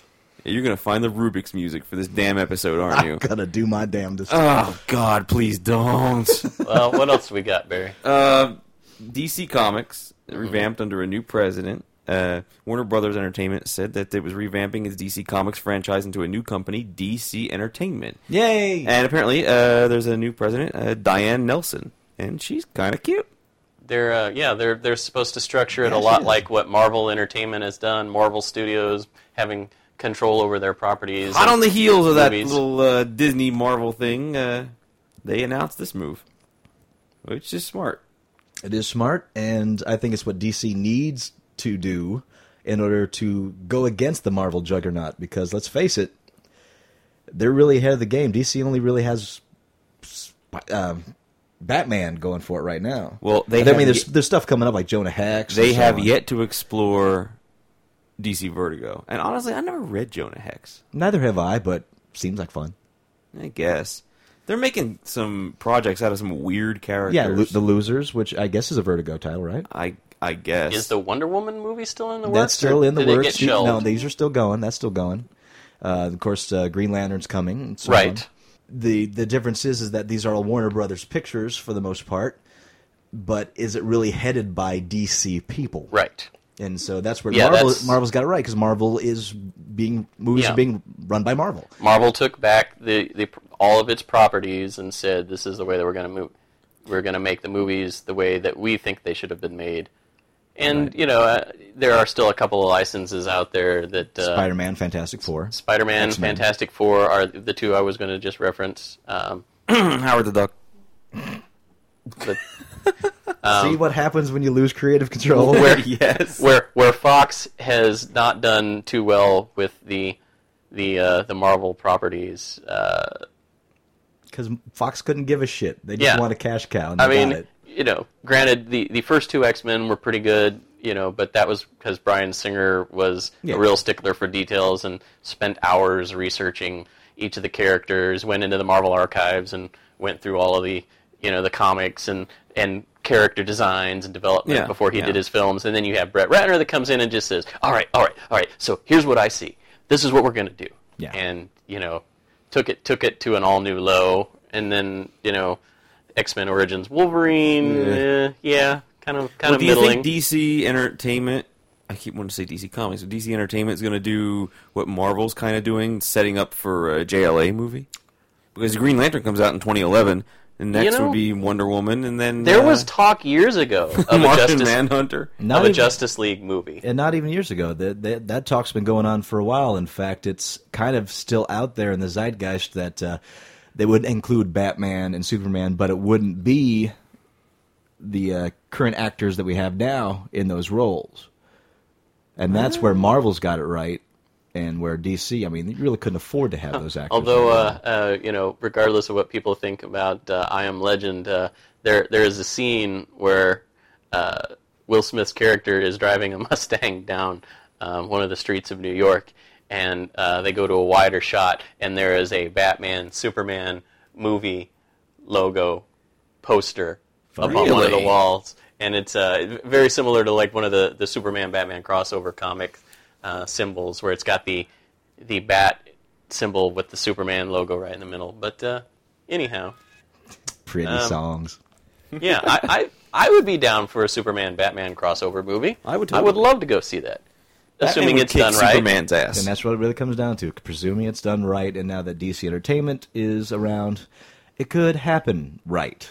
C: You're gonna find the Rubik's music for this damn episode, aren't
B: *laughs*
C: you?
B: Gotta do my damnedest.
D: Uh,
C: Oh God, please don't.
B: *laughs*
D: well, what else we got, Barry?
C: Uh, DC Comics revamped under a new president. Uh, Warner Brothers Entertainment said that it was revamping its DC Comics franchise into a new company, DC Entertainment.
B: Yay!
C: And apparently, uh, there's a new president, uh, Diane Nelson, and she's kind of cute.
D: They're uh, yeah, they're they're supposed to structure it
B: Yeah,
D: a lot
B: she is.
D: like what Marvel Entertainment has done. Marvel Studios having control over their properties.
C: Hot
D: and
C: on the heels of that
D: movies.
C: little uh, Disney Marvel thing, uh, they announced this move, which is smart.
B: It is smart, and I think it's what DC needs to do in order to go against the Marvel juggernaut. Because let's face it, they're really ahead of the game. DC only really has um, Batman going for it right now.
C: Well, they
B: And I
C: have
B: mean, there's
C: ye-
B: there's stuff coming up like Jonah Hex.
C: They
B: and so
C: have
B: on.
C: yet to explore DC Vertigo, and honestly, I never read Jonah Hex.
B: Neither have I, but seems like fun.
C: I guess they're making some projects out of some weird characters.
B: Yeah, lo- the losers, which I guess is a Vertigo title, right?
C: I I guess
D: Is the Wonder Woman movie still in the
B: That's
D: works? or
B: still in the
D: did it
B: works.
D: get
B: You- no,
D: shelved?
B: these are still going. That's still going. Uh, of course, uh, Green Lantern's coming. and so
D: Right.
B: on. The the difference is is that these are all Warner Brothers pictures for the most part, but is it really headed by DC people?
D: right.
B: And so that's where
D: Yeah,
B: Marvel
D: that's-
B: Marvel's got it right because Marvel is being movies
D: Yeah.
B: are being run by Marvel.
D: Marvel took back the, the all of its properties and said, "This is the way that we're going to move. We're going to make the movies the way that we think they should have been made." And you know, uh, there are still a couple of licenses out there that uh,
B: Spider Man, Fantastic Four.
D: Spider-Man,
B: X-Men.
D: Fantastic Four are the two I was going to just reference. Um,
C: *clears throat* Howard the Duck.
D: *laughs* but
B: See what happens when you lose creative control. *laughs*
C: yes,
D: where where Fox has not done too well with the the uh, the Marvel properties. Uh,
B: because Fox couldn't give a shit. They just
D: Yeah.
B: want a cash cow. And
D: I
B: they got
D: mean,
B: it.
D: you know, granted the the first two X Men were pretty good, you know, but that was because Brian Singer was
B: Yeah.
D: a real stickler for details and spent hours researching each of the characters, went into the Marvel archives and went through all of the you know the comics and and character designs and development
C: Yeah,
D: before he
C: yeah.
D: did his films, and then you have Brett Ratner that comes in and just says, "All right, all right, all right. So here's what I see. This is what we're gonna do."
B: Yeah.
D: and you know, took it took it to an all new low, and then you know, X Men Origins Wolverine,
C: Yeah.
D: yeah, yeah kind of kind
C: Well,
D: of
C: do you
D: middling.
C: think DC Entertainment? I keep wanting to say DC Comics. But DC Entertainment is going to do what Marvel's kind of doing, setting up for a JLA movie because Green Lantern comes out in 2011, and next
D: know,
C: would be Wonder Woman, and then
D: there
C: uh,
D: was talk years ago of a
C: Martian
D: Justice
C: Manhunter.
B: Not
D: of a
B: even-
D: Justice League movie.
B: and not even years ago. That, that that talk's been going on for a while. In fact, it's kind of still out there in the zeitgeist that uh, they would include Batman and Superman, but it wouldn't be the uh, current actors that we have now in those roles. And that's
D: Ah.
B: where Marvel's got it right, and where DC. I mean, you really couldn't afford to have those actors.
D: Although,
B: right
D: uh, uh, you know, regardless of what people think about uh, I Am Legend, uh, there there is a scene where uh, Will Smith's character is driving a *laughs* Mustang down um, one of the streets of New York, and uh, they go to a wider shot, and there is a Batman Superman movie logo poster up on one of the
C: Really?
D: walls, and it's uh, very similar to like one of the the Superman Batman crossover comic uh, symbols where it's got the the bat symbol with the Superman logo right in the middle. But uh, anyhow,
B: pretty
D: um,
B: songs.
D: yeah, I, I I would be down for a Superman Batman crossover movie.
C: I would
D: I would
C: totally.
D: love to go see that,
C: Batman
D: assuming
C: would
D: it's
C: kick
D: done right.
C: Superman's ass.
B: And that's what it really comes down to. Presuming it's done right, and now that DC Entertainment is around, it could happen right.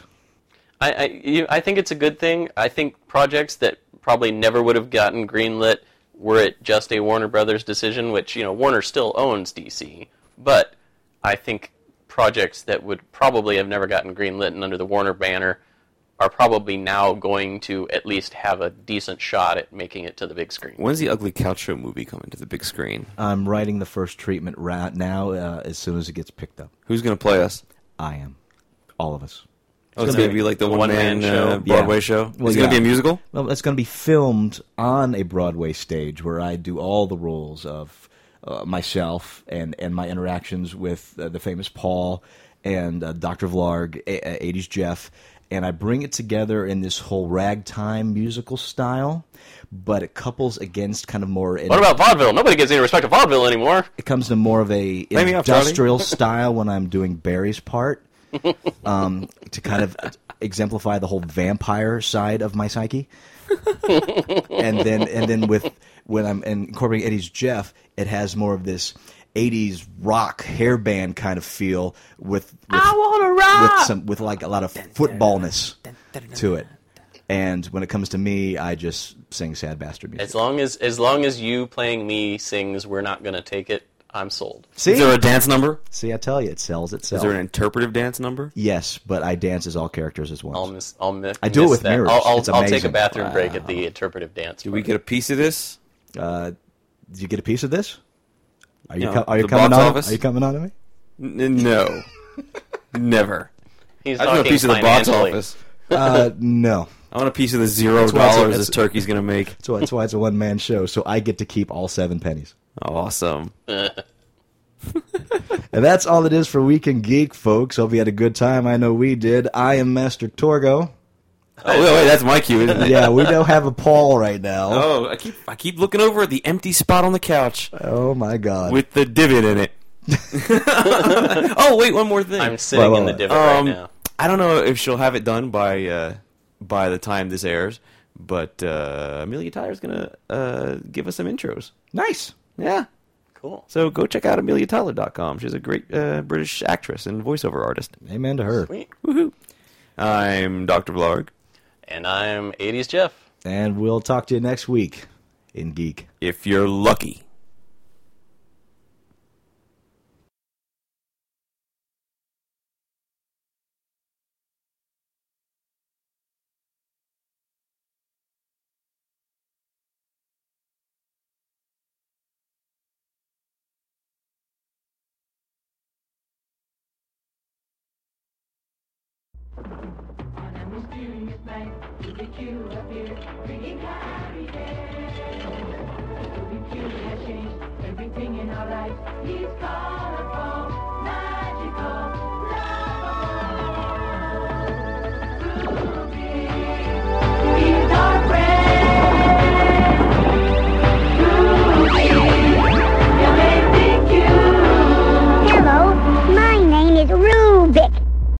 D: I I, you, I think it's a good thing. I think projects that probably never would have gotten greenlit were it just a Warner Brothers decision, which you know Warner still owns DC, but I think projects that would probably have never gotten greenlit and under the Warner banner are probably now going to at least have a decent shot at making it to the big screen.
C: When's the Ugly Couch Show movie coming to the big screen?
B: I'm writing the first treatment right now. Uh, as soon as it gets picked up,
C: Who's going to play us?
B: I am. All of us.
C: Oh, it's going to be like the one man
D: one-man
C: uh,
D: show.
C: Broadway
B: Yeah.
C: show.
B: Well,
C: Is it going to
B: yeah.
C: be a musical?
B: Well, that's going to be filmed on a Broadway stage where I do all the roles of uh, myself and, and my interactions with uh, the famous Paul and uh, Dr. Vlarg, a- a- 80s Jeff. And I bring it together in this whole ragtime musical style, but it couples against kind of more.
D: What about vaudeville? Nobody gives any respect to vaudeville anymore.
B: it comes to more of a
C: me off, Charlie.
B: industrial style when I'm doing Barry's part, um, to kind of exemplify the whole vampire side of my psyche. and then and then with when I'm incorporating Eddie's Jeff, it has more of this. 80s rock hair band kind of feel with with, with some with like a lot of footballness to it. And when it comes to me, I just sing sad bastard music.
D: As long as as long as you playing me sings, we're not going to take it. I'm sold.
C: Is there
B: See,
C: a dance number?
B: see, I tell you, it sells itself.
C: Is there an interpretive dance number?
B: Yes, but I dance as all characters as
D: I'll
B: well.
D: miss. I'll miss.
B: I do it
D: miss
B: with
D: that.
B: mirrors.
D: I'll, I'll,
B: It's
D: I'll take a
B: amazing.
D: bathroom break at the interpretive dance.
C: Do we get a piece of this?
B: Uh, do you get a piece of this? Are you
C: No,
B: co- are you
C: the
B: coming
C: box
B: on?
C: office.
B: Are you coming
C: *laughs*
B: on to me?
C: N- n- *laughs* no, never.
D: He's
C: I want a
D: talking
C: piece of the box
D: financially.
C: office.
B: Uh, no.
C: I want a piece of the zero
B: why it's a-
C: dollars
B: it's-
C: this turkey's going to make.
B: So that's why it's a one man show. So I get to keep all seven pennies.
D: *laughs*
C: Awesome. Oh,
B: And that's all it is for Weekend Geek, folks. Hope you had a good time. I know we did. I am Master Torgo.
C: Oh wait, wait, that's my cue, isn't it?
B: Yeah, we don't have a Paul right now.
C: *laughs* Oh, I keep I keep looking over at the empty spot on the couch
B: Oh my God.
C: with the divot in it. *laughs* oh wait, one more thing.
D: I'm sitting
B: Well,
D: in the
B: well,
D: divot
C: um,
D: right now.
C: I don't know if she'll have it done by uh, by the time this airs, but uh, Amelia Tyler's gonna uh, give us some intros.
B: nice.
C: Yeah.
D: Cool.
C: So go check out AmeliaTyler.com. She's a great uh, British actress and voiceover artist.
B: Amen to her.
D: Sweet.
C: Woohoo! I'm Dr. Vlog.
D: And I'm 80s Jeff.
B: And we'll talk to you next week in Geek.
C: If you're lucky.
A: On a mysterious night, Ruby-Q appeared, bringing Harry Ruby-Q has changed everything in our lives. He's gone upon night.